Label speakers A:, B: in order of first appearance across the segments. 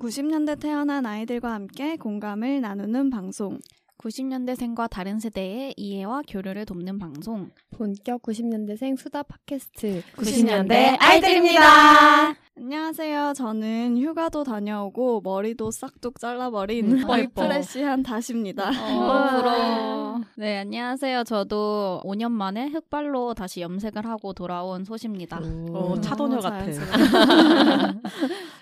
A: 90년대 태어난 아이들과 함께 공감을 나누는 방송.
B: 90년대생과 다른 세대의 이해와 교류를 돕는 방송.
C: 본격 90년대생 수다 팟캐스트
A: 90년대
B: 아,
A: 아이들입니다. 안녕하세요. 저는 휴가도 다녀오고 머리도 싹둑 잘라버린
B: 음, 예뻐.
A: 리프레시한 다시입니다.
B: 어, 부러워. 네, 안녕하세요. 저도 5년 만에 흑발로 다시 염색을 하고 돌아온 소시입니다.
D: 어, 차도녀 같아.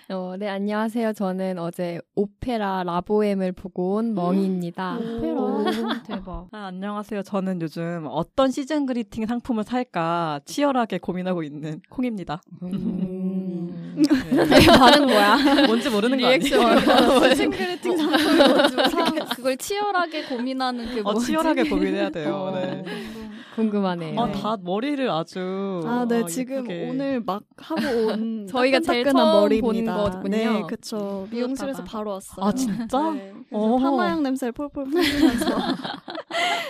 C: 어, 네 안녕하세요 저는 어제 오페라 라보엠을 보고
D: 음.
C: 온 멍이입니다 음.
B: 페로. 대박.
D: 아, 안녕하세요. 저는 요즘 어떤 시즌 그리팅 상품을 살까 치열하게 고민하고 있는 콩입니다.
C: 음.
A: 네.
B: 반응 뭐야?
D: 네. 뭔지 모르는 거 아니에요? 어,
B: 싱글팅 상품 그걸 치열하게 고민하는 그
D: 어,
B: 뭐지?
D: 치열하게 고민해야 돼요.
B: 어.
D: 네.
C: 궁금하네요
D: 아, 다 머리를 아주
A: 아, 네.
D: 어,
A: 지금
D: 예쁘게.
A: 오늘 막 하고 온
C: 저희가 제일
A: 따끈따끈한
C: 처음
A: 머리입니다.
C: 본 거군요.
A: 네, 그쵸. 미용실에서
B: 그렇다가.
A: 바로 왔어요.
D: 아, 진짜?
A: 네.
D: 어.
A: 그래서 파마향 냄새를 폴폴 풍기면서.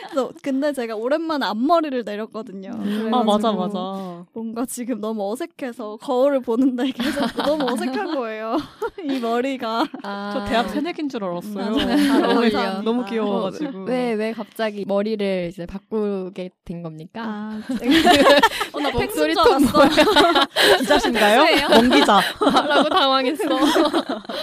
A: 그래서 근데 제가 오랜만에 앞머리를 내렸거든요.
D: 아, 맞아,
A: 그래가지고
D: 맞아.
A: 뭔가 지금 너무 어색해서 거울을 보는데 계속 너무 어색한 거예요. 이 머리가.
C: 아,
D: 저 대학 새내기인 줄
A: 음,
D: 알았어요. 아,
B: 잘 어울려.
D: 너무, 너무 귀여워가지고.
C: 어, 왜, 왜 갑자기 머리를 이제 바꾸게 된 겁니까?
A: 아,
B: 어, 나 목소리
C: 목소리
B: 톤
C: 톤
B: 알았어.
D: 기자신가요? 멍기자.
C: 라고 당황했어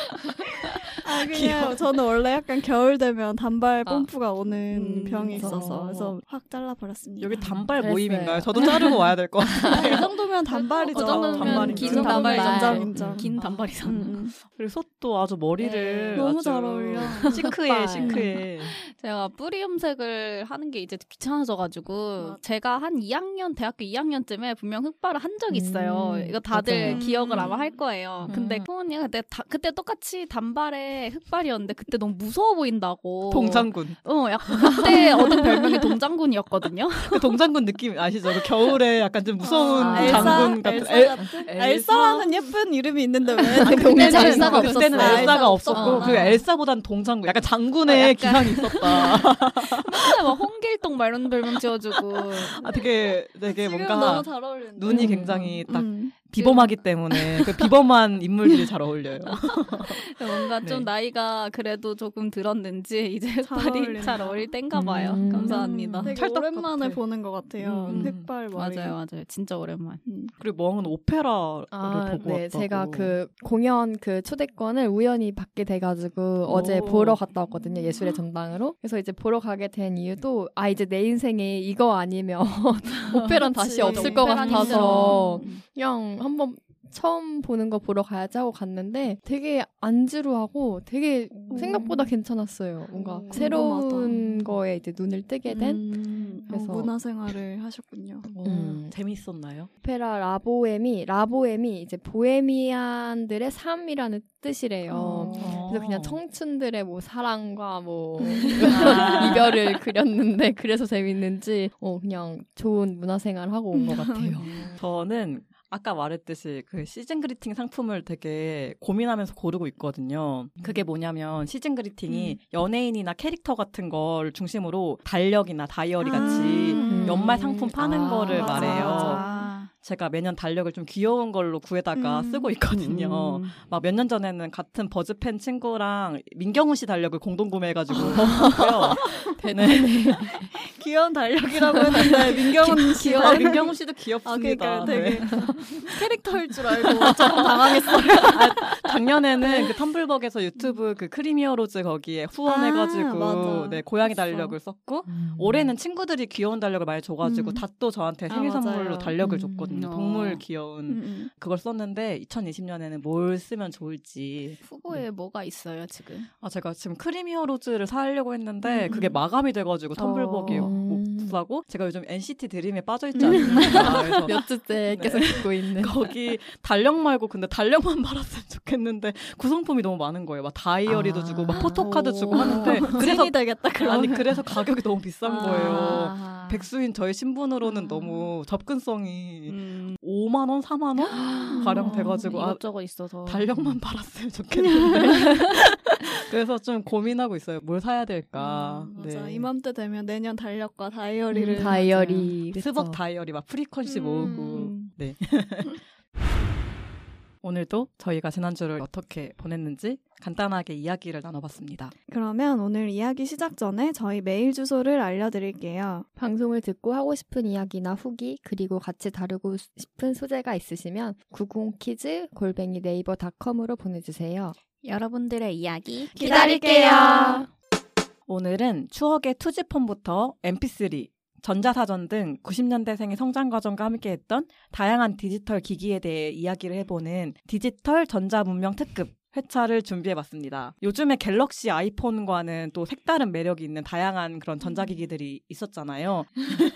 A: 아 그냥 저는 원래 약간 겨울 되면
D: 아.
A: 단발 뽐뿌가 오는
C: 음,
A: 병이
C: 그래서.
A: 있어서 그래서 확 잘라버렸습니다.
D: 여기 단발
C: 그랬어요.
D: 모임인가요? 저도 자르고 와야 될 것 같아요.
A: 아, 이 정도면 단발이죠.
B: 어, 정도면
D: 그 단발이죠.
B: 긴
A: 인정,
B: 단발
A: 인정,
B: 정도.
A: 인정.
B: 긴 단발이잖아.
A: 음,
D: 그리고 솥도 아주 머리를.
A: 음. 너무
D: 아주
A: 잘 어울려. 네.
D: 시크해,
C: 흑발.
D: 시크해.
B: 제가 뿌리 염색을 하는 게 이제 귀찮아져가지고
A: 맞아.
B: 제가 한 2학년 대학교 2학년쯤에 분명 흑발을 한 적이 있어요.
C: 음,
B: 이거 다들
A: 맞아요.
B: 기억을 아마 할 거예요.
C: 음.
B: 근데 소원이가 그때 다- 그때 똑같이 단발에 흑발이었는데 그때 너무 무서워 보인다고.
D: 동장군.
B: 어, 약간 그때 얻은 별명이 동장군이었거든요.
D: 그 동장군 느낌 아시죠? 그 겨울에 약간 좀 무서운
B: 아,
A: 엘사?
D: 장군 같은.
A: 엘사 아, 같은? 엘사라는 예쁜 이름이 있는데 아, 왜?
B: 그때는
C: 동네는
B: 엘사가 없었어.
D: 그때는 엘사가 없었고
A: 어.
B: 없었구나.
D: 그 엘사보단 동장군 약간 장군의
B: 어, 약간.
D: 기상이 있었다.
B: 맨날 막 홍길동 막 이런 별명 지어주고.
D: 아, 되게 되게
A: 지금
D: 뭔가
A: 너무 잘 어울린다.
D: 눈이
C: 음.
D: 굉장히 딱
A: 음.
D: 비범하기 때문에 그 비범한 인물들이 잘 어울려요.
B: 뭔가 좀
D: 네.
B: 나이가 그래도 조금 들었는지 이제
A: 잘
B: 흑발이
A: 어울린다.
B: 잘 어울릴 땐가 봐요.
C: 음.
B: 감사합니다.
A: 되게
D: 찰떡
A: 오랜만에
D: 같아.
A: 보는 것 같아요.
D: 음.
A: 흑발 머리.
B: 맞아요, 맞아요. 진짜 오랜만.
A: 음.
D: 그리고 멍은 오페라를 보고
C: 네,
D: 왔다고.
C: 제가 그 공연 그 초대권을 우연히 받게 돼가지고 어제
D: 오.
C: 보러 갔다 왔거든요. 예술의 전당으로. 그래서 이제 보러 가게 된 이유도 아 이제 내 인생에 이거 아니면 오페란 다시
A: 그치.
C: 없을 것
B: 오페라는
C: 같아서
B: 힘들어.
C: 그냥 한번 처음 보는 거 보러 가야지 하고 갔는데 되게 안 지루하고 되게 생각보다 괜찮았어요. 뭔가
A: 음,
C: 새로운
A: 궁금하다.
C: 거에 이제 눈을 뜨게 된
A: 음,
C: 그래서-
A: 어, 문화생활을 하셨군요.
C: 음.
D: 어, 재밌었나요?
C: 오페라 라보엠이 라보엠이 이제 보헤미안들의 삶이라는 뜻이래요. 그래서
D: 어.
C: 그냥 청춘들의 뭐 사랑과 뭐
D: 아.
C: 이별을 그렸는데 그래서 재밌는지 어 그냥 좋은 문화생활 하고 온 것 같아요.
D: 음. 저는 아까 말했듯이 그 시즌 그리팅 상품을 되게 고민하면서 고르고 있거든요. 그게 뭐냐면 시즌 그리팅이
A: 음.
D: 연예인이나 캐릭터 같은 걸 중심으로 달력이나 다이어리
A: 아.
D: 같이
B: 음.
D: 연말 상품 파는
C: 아,
D: 거를
A: 맞아,
D: 말해요.
A: 맞아.
D: 제가 매년 달력을 좀 귀여운 걸로 구해다가
A: 음.
D: 쓰고 있거든요.
B: 음.
D: 막 몇 년 전에는 같은 버즈팬 친구랑 민경훈 씨 달력을 공동 구매해가지고 썼고요. 네.
A: 귀여운 달력이라고 했는데 민경훈 씨
D: 아,
A: 달력.
D: 민경훈 씨도
A: 아, 그러니까
D: 귀엽습니다. 네.
A: 되게 캐릭터일 줄 알고 조금 당황했어요.
D: 작년에는 그 텀블벅에서 유튜브 그 크리미어 로즈 거기에
A: 아, 맞아.
D: 후원해가지고 네 고양이
A: 했어.
D: 달력을 썼고 음.
C: 음.
D: 올해는 친구들이 귀여운 달력을 많이 줘가지고
A: 음.
D: 닷도 저한테
A: 아,
D: 생일
A: 맞아요.
D: 선물로 달력을
C: 음.
D: 줬거든요.
B: 어.
D: 동물 귀여운
A: 음,
D: 그걸 썼는데 2020년에는 뭘 쓰면 좋을지
B: 후보에 뭐가 있어요 지금?
D: 아 제가 지금 크리미어 로즈를 사려고 했는데
A: 음.
D: 그게 마감이 돼가지고 텀블벅이
C: 어.
D: 못 사고 제가 요즘 NCT 드림에 빠져 있지 않습니까? 그래서
C: 몇
B: 네.
C: 주째 계속 듣고 있는.
D: 네. 거기 달력 말고 근데 달력만 팔았으면 좋겠는데 구성품이 너무 많은 거예요. 막 다이어리도
C: 아.
D: 주고 막 포토카드 주고
B: 오.
D: 하는데 그래서
A: 찐이 되겠다 그러면.
D: 아니 그래서 가격이 너무 비싼
B: 아.
D: 거예요. 백수인 저의 신분으로는
A: 아.
D: 너무 접근성이
B: 음.
D: 5만 원, 4만 원 가량 돼가지고 아,
B: 이것저것 있어서
D: 달력만 팔았으면 좋겠는데 그래서 좀 고민하고 있어요. 뭘 사야 될까? 네.
A: 음, 맞아 이맘때 되면 내년 달력과 다이어리를
C: 음, 다이어리.
B: 음.
D: 스벅 다이어리 막 프리퀀시
A: 음.
D: 모으고 네. 오늘도 저희가 지난주를 어떻게 보냈는지 간단하게 이야기를 나눠봤습니다.
A: 그러면 오늘 이야기 시작 전에 저희 메일 주소를 알려드릴게요.
C: 방송을 듣고 하고 싶은 이야기나 후기 그리고 같이 다루고 수- 싶은 소재가 있으시면 90키즈 골뱅이 네이버 닷컴으로 보내주세요.
B: 여러분들의 이야기
A: 기다릴게요.
D: 오늘은 추억의 투지폰부터 mp3, 전자사전 등 90년대생의 성장과정과 함께했던 다양한 디지털 기기에 대해 이야기를 해보는 디지털 전자문명 특급 회차를 준비해봤습니다. 요즘에 갤럭시 아이폰과는 또 색다른 매력이 있는 다양한 그런 전자기기들이 있었잖아요.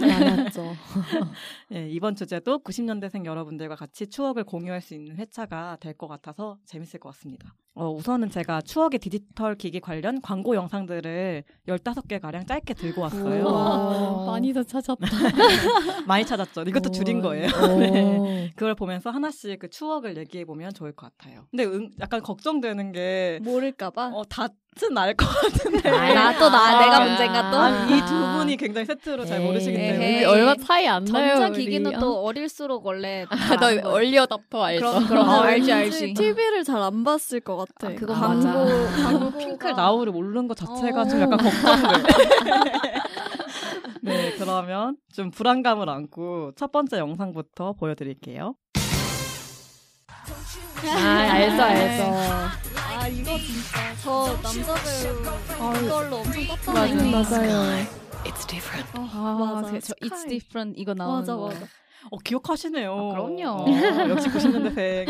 C: 많았죠.
D: 예, 이번 주제도 90년대생 여러분들과 같이 추억을 공유할 수 있는 회차가 될 것 같아서 재밌을 것 같습니다. 어, 우선은 제가 추억의 디지털 기기 관련 광고 영상들을 15개가량 짧게 들고 왔어요.
C: 우와.
B: 더 찾았다.
D: 많이 찾았죠. 이것도 줄인 거예요. 네. 그걸 보면서 하나씩 그 추억을 얘기해보면 좋을 것 같아요. 근데 은- 약간 걱정되는 게
B: 아.
A: 모를까봐.
D: 어, 다은 알것 같은데
B: 나 또 나
C: 아.
B: 내가 문제인가 또.
C: 아니,
D: 이 두 분이 굉장히 세트로
B: 네.
D: 잘 모르시기
B: 에이.
D: 때문에
B: 에헤이.
C: 얼마 차이 안 나요.
B: 전자
C: 우리.
B: 기기는 또 어릴수록 원래
C: 아, 너 얼리어답터 알죠?
B: 그럼 그럼
A: 아,
B: 알지
A: 왠지
B: 알지.
A: TV를 잘 안 봤을 것 같아.
B: 아, 그거
A: 광고,
B: 맞아.
A: 광고
D: 핑클 나우를 모르는 것 자체가 좀
B: 어.
D: 약간 걱정돼. 네, 그러면 좀 불안감을 안고 첫 번째 영상부터 보여드릴게요.
C: 아,
B: 네.
C: 알죠, 알죠.
A: 아 이거 진짜 저 남자 배우 그걸로 엄청
B: 맞아요.
A: 떴던
C: 네. 맞아요.
B: 아,
A: 맞아.
B: 그- 저 It's
A: 스카이.
B: different 이거 나오는
A: 맞아
B: 거.
A: 맞아.
D: 어, 기억하시네요.
B: 아, 그럼요.
D: 어, 역시 90년대생.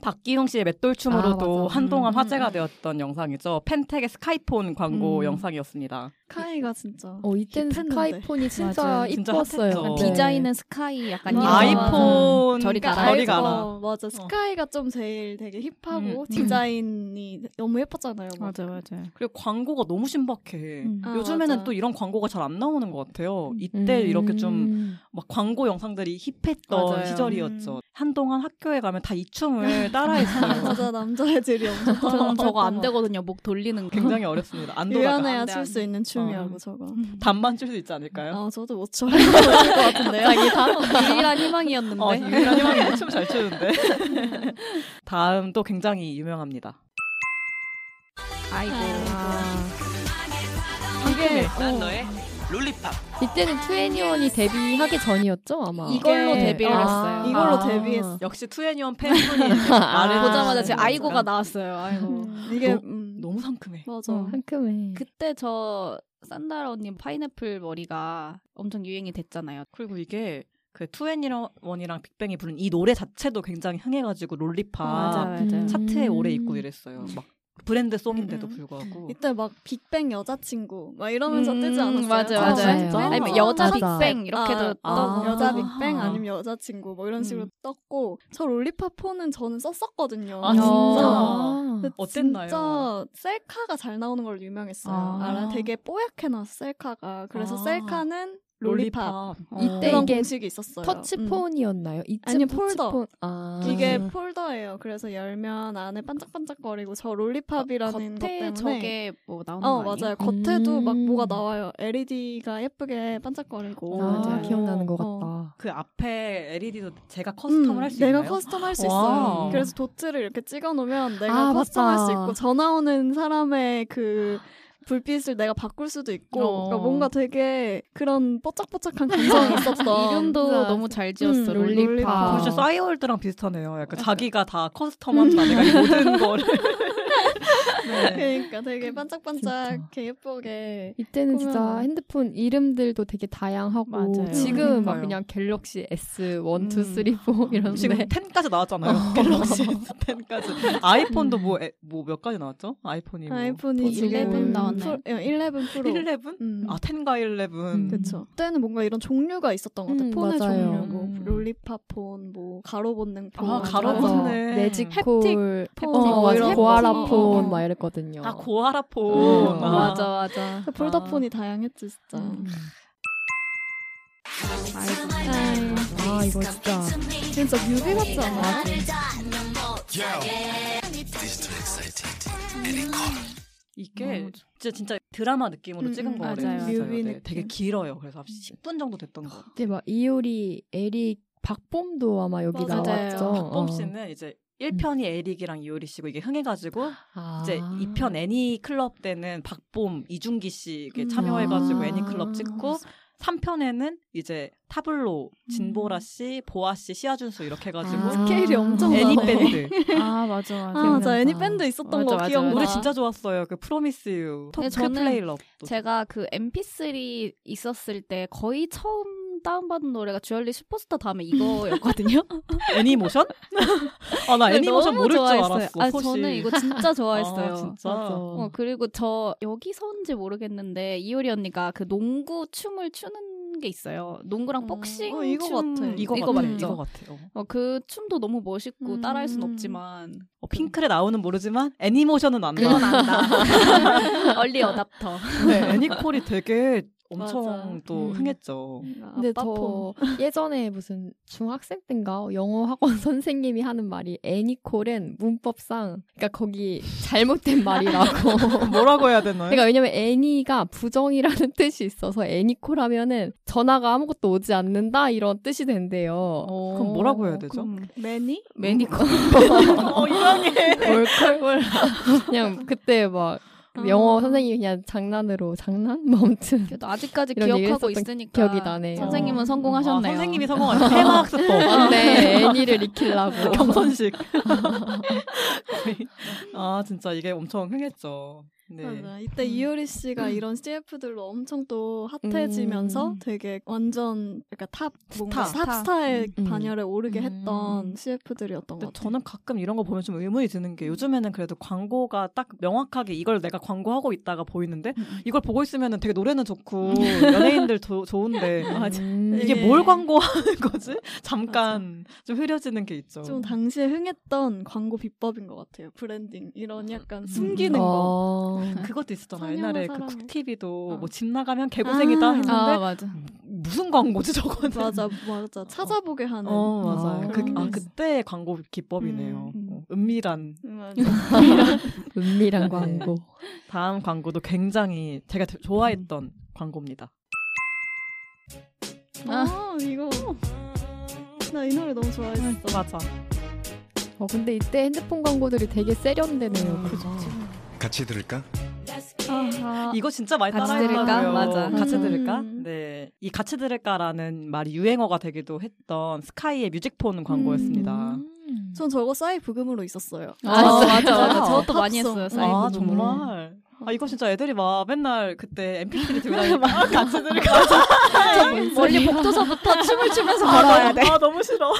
D: 박기영 씨의
C: 아,
D: 맷돌춤으로도
C: 맞아.
D: 한동안
B: 음,
D: 화제가
B: 음.
D: 되었던 영상이죠. 펜텍의 스카이폰 광고
B: 음.
D: 영상이었습니다.
A: 카이가 진짜.
C: 어, 이때는
A: 힙했는데.
C: 스카이폰이 진짜
B: 맞아요.
D: 진짜
C: 이뻤어요.
D: 핫했죠.
B: 약간
D: 네.
B: 디자인은 스카이 약간
A: 맞아.
B: 이런 거.
D: 아이폰
B: 음. 저리
A: 그러니까
B: 가라.
D: 저리 가라.
A: 어, 맞아. 스카이가 좀 제일 되게 힙하고
D: 음.
A: 디자인이 너무 예뻤잖아요. 막.
B: 맞아 맞아.
D: 그리고 광고가 너무 신박해.
B: 음.
A: 아,
D: 요즘에는
A: 맞아.
D: 또 이런 광고가 잘 안 나오는 것 같아요. 이때 이렇게 좀
C: 음.
D: 막 광고 영상들이 힙했던
B: 음. 맞아요.
D: 시절이었죠.
A: 음.
D: 한동안 학교에 가면 다 이 춤을 따라했어요.
A: 맞아 남자애들이 엄청
B: 저는 저거 안 되거든요. 목 돌리는 거.
D: 굉장히 어렵습니다. 안 돌아가.
A: 유연해야
B: 안 돼, 안
A: 출 수 있는 춤이라고
B: 어.
A: 저거.
D: 단만 출 수 있지 않을까요?
A: 아 저도 못 춰요. 어, 못출것 같은데요.
B: 유일한 희망이었는데.
D: 어, 유일한 희망이 춤잘 추는데. 다음 또 굉장히 유명합니다.
B: 아이고.
D: 이게
E: 난 너의 롤리팝
C: 이때는 2NE1이 데뷔하기 전이었죠, 아마.
A: 이게-
B: 이걸로
A: 네.
B: 데뷔를
A: 아,
B: 했어요.
A: 이걸로
C: 아.
A: 데뷔했어.
D: 역시 투애니언 팬분이
C: 아.
D: 말을
B: 보자마자
D: 해주시는
B: 지금 아이고가
D: 거니까.
B: 나왔어요. 아이고.
A: 이게
D: 너-
A: 음,
D: 너무 상큼해.
A: 맞아.
B: 어.
C: 한큼에.
B: 그때 저 산달 언니 파인애플 머리가 엄청 유행이 됐잖아요.
D: 그리고 이게 그 투애니원이랑 빅뱅이 부른 이 노래 자체도 굉장히 흥해가지고 롤리팝
C: 맞아요.
D: 차트에
C: 음.
D: 오래 있고 이랬어요. 막 브랜드 송인데도
A: 음, 음.
D: 불구하고.
A: 이때 막 빅뱅 여자친구 막 이러면서
B: 음,
A: 뜨지 않았어요?
B: 맞아요,
A: 아,
B: 맞아요.
A: 빅뱅
C: 맞아.
B: 아니면
A: 하면
B: 여자
C: 맞아.
B: 빅뱅 이렇게도
A: 아,
B: 떠.
D: 아.
A: 여자 빅뱅 아니면 여자친구 뭐 이런
D: 음.
A: 식으로 떴고 저 롤리팝폰은 저는 썼었거든요.
D: 아, 진짜?
C: 어.
A: 근데
D: 어땠나요?
A: 진짜 셀카가 잘 나오는 걸로 유명했어요.
B: 아.
A: 알아? 되게 뽀얗게 나왔어 셀카가. 그래서
D: 아.
A: 셀카는 롤리팝
C: 이때
A: 그런
C: 네, 이게
A: 공식이 있었어요. 음.
C: 터치폰이었나요? 이
A: 아니요, 폴더.
C: 아.
A: 이게 폴더예요. 그래서 열면 안에 반짝반짝거리고 저 롤리팝이라는 것
B: 겉에
A: 때문에
B: 저게 뭐 나오는
A: 어
B: 거 아니에요?
A: 맞아요. 겉에도 막
C: 음.
A: 뭐가 나와요. LED가 예쁘게 반짝거리고.
C: 아,
B: 맞아요.
C: 기억나는 것
A: 어.
C: 같다.
D: 그 앞에 LED도 제가 커스텀을
A: 음,
D: 할 수 있나요?
A: 내가 커스텀할 수
D: 와우.
A: 있어요. 그래서 도트를 이렇게 찍어놓으면 내가
C: 아,
A: 커스텀할
C: 맞다.
A: 수 있고 전화 오는 사람의 그 불빛을 내가 바꿀 수도 있고
B: 어.
A: 그러니까 뭔가 되게 그런 뽀짝뽀짝한 감성이 있었던
B: 이름도
A: 진짜.
B: 너무 잘 지었어.
A: 음,
B: 롤리팝.
A: 롤리팝.
D: 아, 음.
A: 아.
D: 진짜 싸이월드랑 비슷하네요. 약간 자기가 다 커스텀한다. 내가 이 모든 거를. 네.
A: 그러니까 되게 반짝반짝
C: 진짜.
A: 이렇게 예쁘게
C: 이때는 진짜
A: 꾸며놓은.
C: 핸드폰 이름들도 되게 다양하고
B: 맞아요.
C: 지금
D: 그러니까요.
C: 막 그냥 갤럭시 S 1 2
B: 음.
C: 3 4
D: 지금
C: 이런데 네.
D: 10까지 나왔잖아요. 갤럭시 10까지. 아이폰도 뭐 뭐 몇 가지 나왔죠? 아이폰이 뭐.
A: 아이폰이
C: 지금
A: 11
B: 나왔나요?
A: 프로, 예, 11 프로.
D: 11?
A: 음.
D: 아, 10과 11.
C: 음.
A: 그쵸. 그때는 뭔가 이런 종류가 있었던 것 같아요.
C: 음,
A: 폰의
C: 맞아요.
A: 종류, 뭐
D: 음.
A: 롤리팝폰, 뭐 가로본능 폰,
D: 아,
C: 맞아.
D: 가로본네.
C: 매직콜,
A: 햅틱
C: 어,
A: 뭐 이런
C: 맞아.
A: 거.
C: 고아라폰 뭐
A: 어, 어.
C: 막 이랬거든요.
D: 아, 고아라폰.
C: 음,
D: 아.
B: 어, 맞아 맞아.
A: 그래서 폴더폰이 다양했지 진짜.
D: 음.
B: 아,
A: 아이,
C: 아 이거 진짜
A: 진짜 뮤비 같지 않아?
D: 이게
B: 어.
D: 진짜 진짜 드라마 느낌으로
A: 음,
D: 찍은
A: 음,
D: 거래요.
B: 맞아요.
D: 맞아요.
A: 뮤비
D: 네,
A: 느낌.
D: 되게 길어요. 그래서 10분 정도 됐던 거.
C: 이제 막 이효리, 에릭 박봄도 아마 여기
A: 맞아요.
C: 나왔죠.
D: 박범 씨는 이제 1편이 에릭이랑 이효리 씨고 이게 흥해가지고
C: 아.
D: 이제 2편 애니 클럽 때는 박봄 이준기 씨 이렇게
A: 음.
D: 참여해가지고
C: 아.
D: 애니 클럽 찍고 3편에는 이제 타블로
B: 음.
D: 진보라 씨, 보아 씨, 시아준수 이렇게 해가지고
C: 아.
A: 스케일이 엄청
D: 애니
A: 많아.
D: 밴드
B: 아 맞아 맞아.
A: 아, 맞아.
C: 기억난다.
A: 애니 밴드 있었던
B: 맞아,
A: 거
B: 맞아,
A: 기억나.
B: 맞아.
D: 노래 진짜 좋았어요. 그 프로미스 유
B: 근데
D: 토크
B: 저는
D: 플레이럽
B: 제가 그 MP3 있었을 때 거의 처음 다운받은 노래가 주얼리 슈퍼스타 다음에 이거였거든요. 네,
D: 애니모션? 아 나 애니모션
B: 너무
D: 모를 줄
B: 좋아했어요.
D: 알았어.
B: 아,
D: 소시.
B: 저는 이거 진짜 좋아했어요.
D: 아, 진짜.
C: 맞아.
B: 어, 그리고 저 여기서인지 모르겠는데 이효리 언니가 그 농구 춤을 추는 게 있어요. 농구랑
A: 음,
B: 복싱
A: 어, 이거
B: 춤
A: 같아.
D: 이거,
B: 이거
D: 같아.
B: 맞죠?
D: 이거 같아. 어.
B: 어, 그 춤도 너무 멋있고
A: 음.
B: 따라할 순 없지만
D: 어, 핑클에 나오는 모르지만 애니모션은 안다.
B: 그건 안다. 얼리 어답터.
D: 네, 애니콜이 되게 엄청
A: 맞아.
D: 또
C: 음.
D: 흥했죠.
C: 근데 저 예전에 무슨 중학생 때인가 영어 학원 선생님이 하는 말이 애니콜은 문법상 그러니까 거기 잘못된 말이라고
D: 뭐라고 해야 되나요?
C: 그러니까 왜냐면 애니가 부정이라는 뜻이 있어서 애니콜 하면은 전화가 아무것도 오지 않는다 이런 뜻이 된대요.
A: 어.
D: 그럼 뭐라고 해야 되죠?
B: 음,
A: 매니?
C: 매니콜
D: 어, 이상해.
C: 올콜 그냥 그때 막 영어
A: 아.
C: 선생님이 그냥 장난으로 장난 뭐 아무튼
B: 그래도 아직까지
C: 이런
B: 기억하고
C: 얘기를 했었던
B: 있으니까
C: 기억이 나네요.
B: 선생님은
A: 어.
B: 성공하셨네요.
D: 아, 선생님이 성공하셨어. 해마학습법. 뭐
C: 근데 애니를 익히려고
D: 경선식. 거의. 아, 진짜 이게 엄청 흥했죠. 네.
A: 맞아. 이때
C: 음.
A: 이효리 씨가 이런 CF들로 엄청 또 핫해지면서
C: 음.
A: 되게 완전 약간 탑 뭔가
D: 스타.
A: 탑스타의
C: 음.
A: 반열에 오르게
C: 음.
A: 했던 CF들이었던 것
D: 근데
A: 같아요.
D: 저는 가끔 이런 거 보면 좀 의문이 드는 게 요즘에는 그래도 광고가 딱 명확하게 이걸 내가 광고하고 있다가 보이는데 이걸 보고 있으면 되게 노래는 좋고 연예인들 조- 좋은데
C: 음.
D: 이게
A: 네.
D: 뭘 광고하는 거지? 잠깐 좀 흐려지는 게 있죠.
A: 좀 당시에 흥했던 광고 비법인 것 같아요. 브랜딩 이런 약간 숨기는 거.
C: 어.
D: 그것도 있었잖아.
A: 선량한
D: 옛날에 그
A: 사람을.
D: 쿡TV도
A: 어.
D: 뭐 집 나가면 개고생이다
A: 아.
D: 했는데 음,
B: 아 맞아.
D: 무슨 광고지 저거는?
A: 맞아, 맞아. 찾아보게 하는.
D: 어 맞아요.
C: 아,
D: 그,
A: 그런
D: 아
A: 게
D: 그때 광고 기법이네요.
B: 음, 음.
D: 어, 은밀한
A: 맞아. 네.
C: 은밀한 광고.
D: 다음 광고도 굉장히 제가 되- 좋아했던 광고입니다.
A: 아, 이거. 나 이 노래 너무 좋아했어.
D: 맞아.
C: 어 근데 이때 핸드폰 광고들이 되게
D: 음.
C: 세련되네요. 음, 그죠?
E: 같이 들을까?
B: 아,
D: 이거 진짜 많이
B: 같이
D: 따라했다고요.
B: 들을까? 맞아.
D: 같이
A: 음.
D: 들을까? 네. 이 같이 들을까라는 말이 유행어가 되기도 했던 스카이의 뮤직폰 광고였습니다.
C: 음.
A: 전 저거 싸이 부금으로 있었어요.
B: 아,
C: 아,
B: 맞아 맞아. 저것도
A: 팝송.
B: 많이 했어요. 사이드
D: 아
B: 부분.
D: 정말. 아 이거 진짜 애들이 막 맨날 그때 MP3 들고 다니까 같이 들을까?
B: 아, 원래 복도서부터 춤을 추면서
D: 아,
B: 걸어야 돼.
D: 너무- 아 너무 싫어.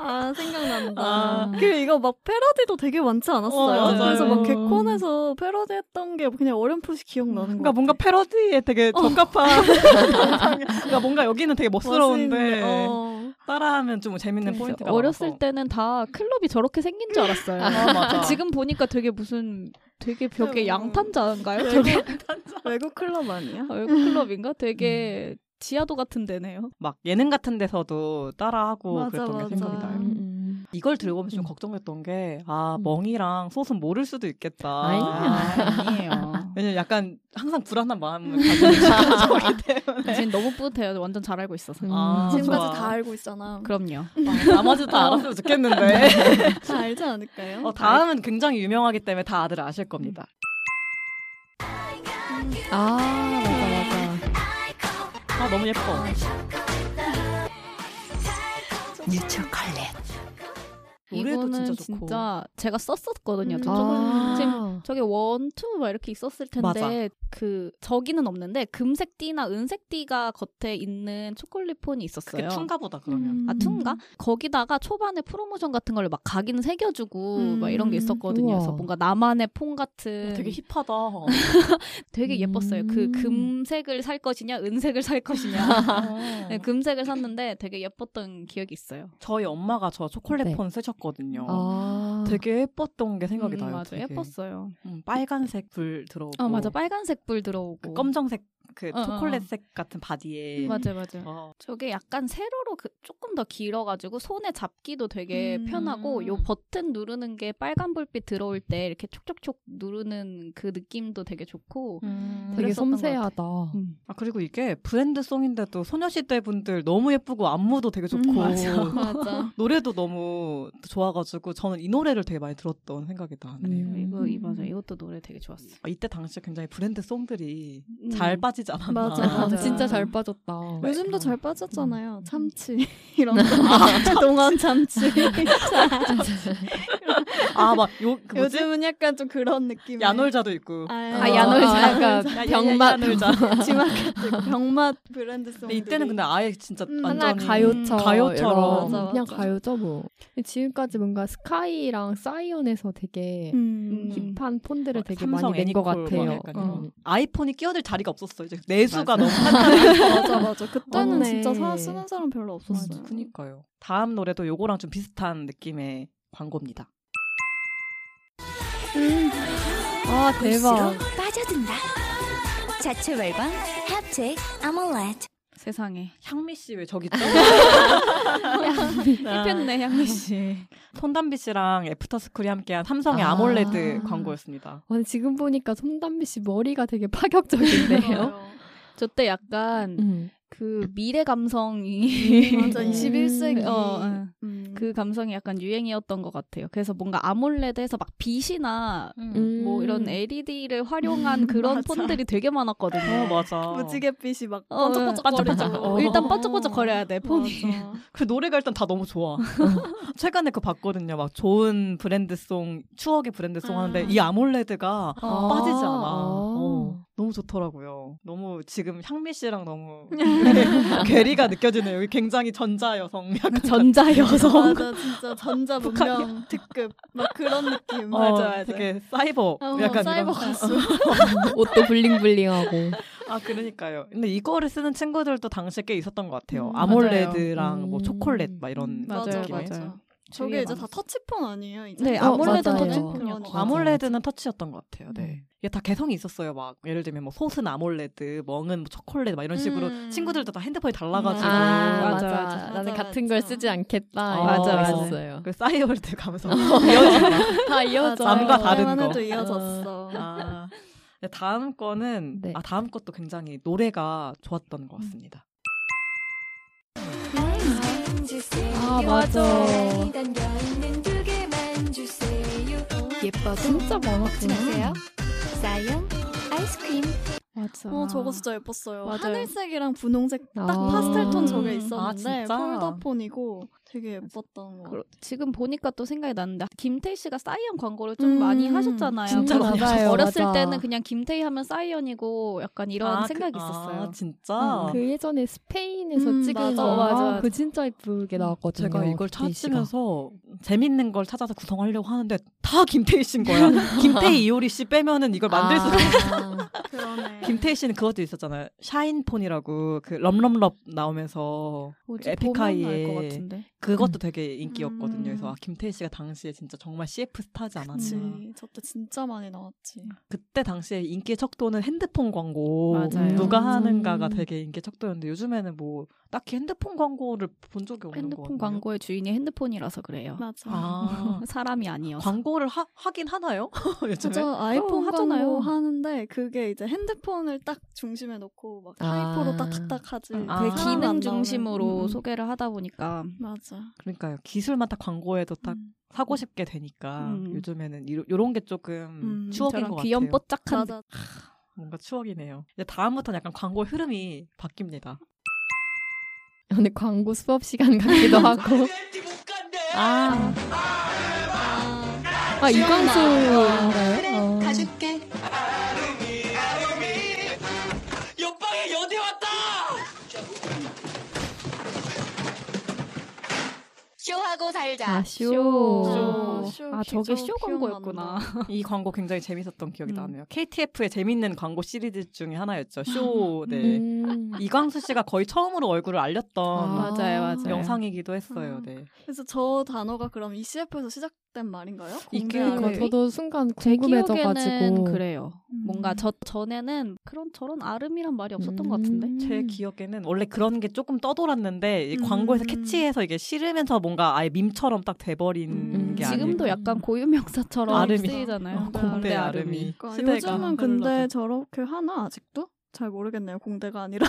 A: 아, 생각난다.
D: 아.
A: 그리고 이거 막 패러디도 되게 많지 않았어요.
D: 어, 맞아요.
A: 그래서 막 개콘에서 패러디 했던 게 그냥 어렴풋이 기억나는
D: 그러니까
A: 거.
D: 뭔가 패러디에 되게 적합한 영상이- 그러니까 뭔가 여기는 되게 멋스러운데
A: 어.
D: 따라하면 좀 재밌는 포인트가
B: 어렸을
D: 많아서.
B: 때는 다 클럽이 저렇게 생긴 줄 알았어요.
D: 아, 맞아.
B: 지금 보니까 되게 무슨 되게 벽에
A: 음.
B: 양탄자인가요? 저게
A: 외국 클럽 아니야?
B: 얼굴 클럽인가? 되게 지하도 같은 데네요.
D: 막 예능 같은 데서도 따라하고
A: 맞아,
D: 그랬던
A: 맞아.
D: 게 생각이 나요.
C: 음, 음.
D: 이걸 들어보면 좀
C: 음.
D: 걱정했던 게, 아,
C: 음.
D: 멍이랑 솥은 모를 수도 있겠다.
B: 아니에요.
D: 왜냐면 약간 항상 불안한 마음을 가지고 있기 때문에.
B: 지금 너무 뿌듯해요. 완전 잘 알고 있어서.
C: 음.
D: 아,
A: 지금까지
D: 좋아.
A: 다 알고 있잖아.
B: 그럼요.
D: 아, 나머지
B: 어.
D: 다 알았으면 좋겠는데.
B: 네.
A: 다 알지 않을까요?
D: 어, 다음은 굉장히 유명하기 때문에 다 다들 아실 겁니다.
C: 아 맞아 맞아.
D: 아, 너무 예뻐. 노래도
B: 이거는
D: 진짜
B: 진짜,
D: 좋고.
B: 제가 썼었거든요.
A: 음.
B: 저-
C: 아.
B: 지금 저게 원투 막 이렇게 있었을 텐데
D: 맞아.
B: 그 저기는 없는데 금색 띠나 은색 띠가 겉에 있는 초콜릿 폰이 있었어요.
D: 그게 툰가 음. 보다, 그러면.
B: 아 툰가? 거기다가 초반에 프로모션 같은 걸로 막 각인 새겨주고
A: 음.
B: 막 이런 게 있었거든요.
C: 우와.
B: 그래서 뭔가 나만의 폰 같은
D: 어, 되게 힙하다.
B: 어. 되게 예뻤어요.
C: 음.
B: 그 금색을 살 것이냐 은색을 살 것이냐. 네, 금색을 샀는데 되게 예뻤던 기억이 있어요.
D: 그 저희 엄마가 저
C: 네.
D: 초콜릿폰 쓰셨거든요.
C: 아
D: 되게 예뻤던 게 생각이
B: 어. 음,
D: 나요.
B: 맞아
D: 되게.
B: 예뻤어요.
D: 음, 빨간색 불 들어오고.
B: 어 맞아 빨간색 불 들어오고
D: 검정색 그
B: 어, 어,
D: 초콜릿색 같은 바디에
B: 맞아 맞아.
D: 어,
B: 저게 약간 세로로 그- 조금 더 길어가지고 손에 잡기도 되게
A: 음.
B: 편하고 요 버튼 누르는 게 빨간 불빛 들어올 때 이렇게 촉촉촉 누르는 그 느낌도 되게 좋고
C: 되게
B: 그랬었던 것
C: 섬세하다.
B: 음.
D: 아 그리고 이게 브랜드 송인데도 소녀시대 분들 너무 예쁘고 안무도 되게
C: 음,
D: 좋고
B: 맞아.
D: 노래도 너무 좋아가지고 저는 이 노래를 되게 많이 들었던 생각이 나네요.
C: 음.
B: 이거 이 맞아. 이것도 노래 되게 좋았어.
D: 아, 이때 당시 굉장히 브랜드 송들이
C: 음.
B: 음.
D: 잘 빠지지 않았나.
A: 맞아, 맞아.
C: 진짜 잘 빠졌다.
A: 요즘도
D: 어.
A: 잘 빠졌잖아요. 참치 이런 거.
D: 아,
A: 동안 참치.
D: 아막 요, 그 뭐지?
A: 요즘은 약간 좀 그런 느낌.
D: 야놀자도 있고.
A: 아,
C: 아, 야놀자. 약간
D: 야, 야, 야,
C: 병맛.
D: 야놀자.
A: 지마켓 병맛 브랜드 송.
D: 근데 이때는 근데 아예 진짜
A: 음,
C: 하나
D: 완전히
C: 가요처
D: 가요처럼.
C: 이런.
A: 맞아, 맞아.
C: 그냥 가요죠 뭐. 근데 지금까지 뭔가 스카이랑 사이언에서 되게
A: 음.
C: 힙한 폰들을 되게
D: 뭐 삼성
C: 많이 낸 것
D: 애니콜 뭐
C: 같아요.
D: 약간
C: 어.
D: 이런. 아이폰이 끼어들 자리가 없었어. 이제 내수가 너무
A: 맞아 맞아. 그때는
C: 맞네.
A: 진짜 사 쓰는 사람 별로 없었어요.
D: 그니까요. 다음 노래도 요거랑 좀 비슷한 느낌의 광고입니다.
A: 음.
C: 아 대박.
E: 볼수록 빠져든다. 자체 발광, 합체, 아몰렛.
B: 세상에.
D: 향미 씨 왜 저기 네. 있죠?
B: 힙했네 향미 씨.
D: 손담비 씨랑 애프터스쿨이 함께한 삼성의
C: 아.
D: 아~ 몰레드 광고였습니다.
C: 아니 지금 보니까 손담비 씨 머리가 되게 파격적인데요.
B: 저 때 약간
C: 음.
B: 그 미래 음, 감성이
A: 완전 21세기.
B: 어, 어.
A: 음.
B: 그 감성이 약간 유행이었던 것 같아요. 그래서 뭔가 아몰레드에서 막 빛이나
A: 음.
C: 음.
B: 뭐 이런 LED를 활용한 그런
A: 맞아.
B: 폰들이 되게 많았거든요.
D: 어 맞아.
A: 무지개빛이 막
B: 어,
A: 반짝반짝거리죠.
D: 어.
B: 일단 반짝반짝 거려야 돼 폰이.
A: 맞아.
D: 그 노래가 일단 다 너무 좋아. 최근에 그거 봤거든요. 막 좋은 브랜드송, 추억의 브랜드송
A: 아.
D: 하는데 이 아몰레드가
A: 어.
D: 빠지지 않아.
C: 아.
D: 어, 너무 좋더라고요. 너무 지금 향미 씨랑 너무 괴리가 느껴지네요. 여기 굉장히 전자 여성. 약간
B: 전자 그 여성.
A: 맞아 진짜 전자 문명 특급 막 그런 느낌.
D: 어, 되게 사이버.
A: 어,
D: 약간
A: 사이버
D: 이런.
A: 가수.
C: 옷도 블링블링하고.
D: 아 그러니까요. 근데 이거를 쓰는 친구들도 당시에 꽤 있었던 것 같아요.
A: 음,
D: 아몰레드랑
C: 맞아요.
D: 뭐 초콜릿 막 이런
B: 맞아요,
D: 느낌의.
B: 맞아요.
A: 저게 이제 다 터치폰 아니에요? 이제?
B: 네,
C: 어,
B: 아몰레드
C: 맞아요.
B: 터치폰이었고.
A: 맞아.
D: 아몰레드는 터치였던 것 같아요. 네.
C: 음.
D: 이게 다 개성이 있었어요. 막 예를 들면 뭐 솥은 아몰레드, 멍은 뭐 초콜릿 막 이런 식으로
A: 음.
D: 친구들도 다 핸드폰이 달라가지고
A: 음.
C: 아,
B: 맞아,
C: 맞아.
B: 맞아.
C: 나는
A: 맞아,
C: 같은
A: 맞아.
C: 걸 쓰지 않겠다.
D: 아,
C: 이런 거
B: 맞아, 맞아.
C: 있었어요.
D: 그 싸이월드 가면서 이어지고 막.
C: 다 이어져.
D: 남과 다른
A: 만
D: 거.
A: 해도 이어졌어.
D: 아. 네, 다음 거는
C: 네.
D: 아 다음 것도 굉장히 노래가 좋았던 것 같습니다.
C: 아, 맞아. 예뻐. 진짜 많았구나.
E: 사이언, 아이스크림.
B: 맞아.
A: 어 저거 진짜 예뻤어요.
B: 맞아요.
A: 하늘색이랑 분홍색 딱
C: 아.
A: 파스텔 톤 저게
B: 음.
A: 있었는데
D: 아, 진짜?
A: 폴더폰이고 되게 예뻤던 거.
B: 그- 지금 보니까 또 생각이 났는데 김태희 씨가 사이언 광고를 좀
A: 음,
B: 많이 하셨잖아요.
C: 진짜
B: 그래서
C: 많이 하셨어요.
B: 어렸을
C: 맞아.
B: 때는 그냥 김태희 하면 사이언이고 약간 이런
D: 아,
B: 생각이
D: 그-
B: 있었어요.
D: 아, 진짜.
C: 그 예전에 스페인에서
A: 음,
C: 찍은
A: 맞아,
C: 영화
B: 맞아, 맞아.
C: 그 진짜 예쁘게 나왔거든요.
D: 제가 이걸
C: 음, 김태희 씨가.
D: 찾으면서 재밌는 걸 찾아서 구성하려고 하는데 다 김태희 씨인 거야. 김태희 이효리 씨 빼면은 이걸 만들 수
C: 아,
A: 그러네.
D: 김태희 씨는 그것도 있었잖아요. 샤인폰이라고 그 럼럼럽 나오면서
B: 뭐지?
D: 에픽하이의
B: 보면 알것 같은데.
D: 그것도 되게 인기였거든요.
A: 음.
D: 그래서 아, 김태희 씨가 당시에 진짜 정말 CF 스타지 않았나.
A: 그치. 음. 저때 진짜 많이 나왔지.
D: 그때 당시에 인기의 척도는 핸드폰 광고
B: 맞아요.
D: 누가
C: 음.
D: 하는가가 되게 인기의 척도였는데 요즘에는 뭐 딱히 핸드폰 광고를 본 적이 없는 거
B: 핸드폰 광고의 주인이 핸드폰이라서 그래요.
A: 맞아.
D: 아
B: 사람이 아니어서.
D: 광고를 하, 하긴 하나요? 요즘에
A: 저 아이폰
B: 어, 하잖아요.
A: 광고 하는데 그게 이제 핸드폰을 딱 중심에 놓고 막
C: 아.
A: 타이포로 딱딱딱 하지.
D: 아.
A: 사람
B: 되게
A: 안
B: 기능
A: 나오는.
B: 중심으로
A: 음, 음.
B: 소개를 하다 보니까 음,
A: 맞아.
D: 그러니까요. 기술만 딱 광고에도 딱
A: 음.
D: 사고 싶게 되니까
B: 음.
D: 요즘에는 이런 게 조금
A: 음,
D: 추억인
B: 저랑
D: 것 같아요.
B: 귀염뽀짝한
A: 맞아.
D: 뭔가 추억이네요. 이제 다음부터는 약간 광고 의 흐름이 바뀝니다.
C: 오늘 광고 수업 시간 같기도 하고. 아, 아 이광수인가요? 어.
F: 옆방에 연애 왔다!
E: 쇼하고 살자.
C: 아,
B: 쇼.
C: 쇼.
A: 쇼.
B: 아
A: 쇼
B: 저게 쇼
A: 기억난다.
B: 광고였구나.
D: 이 광고 굉장히 재밌었던 기억이
B: 음.
D: 나네요. KTF의 재밌는 광고 시리즈 중에 하나였죠. 쇼. 네.
C: 음.
D: 이광수 씨가 거의 처음으로 얼굴을 알렸던
C: 아,
B: 맞아요, 맞아요.
D: 영상이기도 했어요.
A: 아.
D: 네.
A: 그래서 저 단어가 그럼 ECF에서 시작된 말인가요?
D: 이게
A: 공개하는
C: 그러니까
D: 네.
A: 게?
C: 저도 순간
B: 제 기억에는
C: 궁금해져가지고.
B: 그래요.
A: 음.
B: 뭔가 저 전에는 그런 저런 아름이란 말이 없었던 것
C: 음.
B: 같은데.
D: 제 기억에는 원래 그런 게 조금 떠돌았는데 이
A: 음.
D: 광고에서 캐치해서 이게 싫으면서 뭔가 아예 밈처럼 딱 돼버린
A: 음.
D: 게 예, 아니에요.
B: 지금도 약간 고유명사처럼
D: 아름이.
B: 쓰이잖아요.
D: 어, 공대
B: 네,
D: 아름이.
A: 그러니까
D: 시대가
A: 요즘은 근데 저렇게 하나 아직도 잘 모르겠네요. 공대가 아니라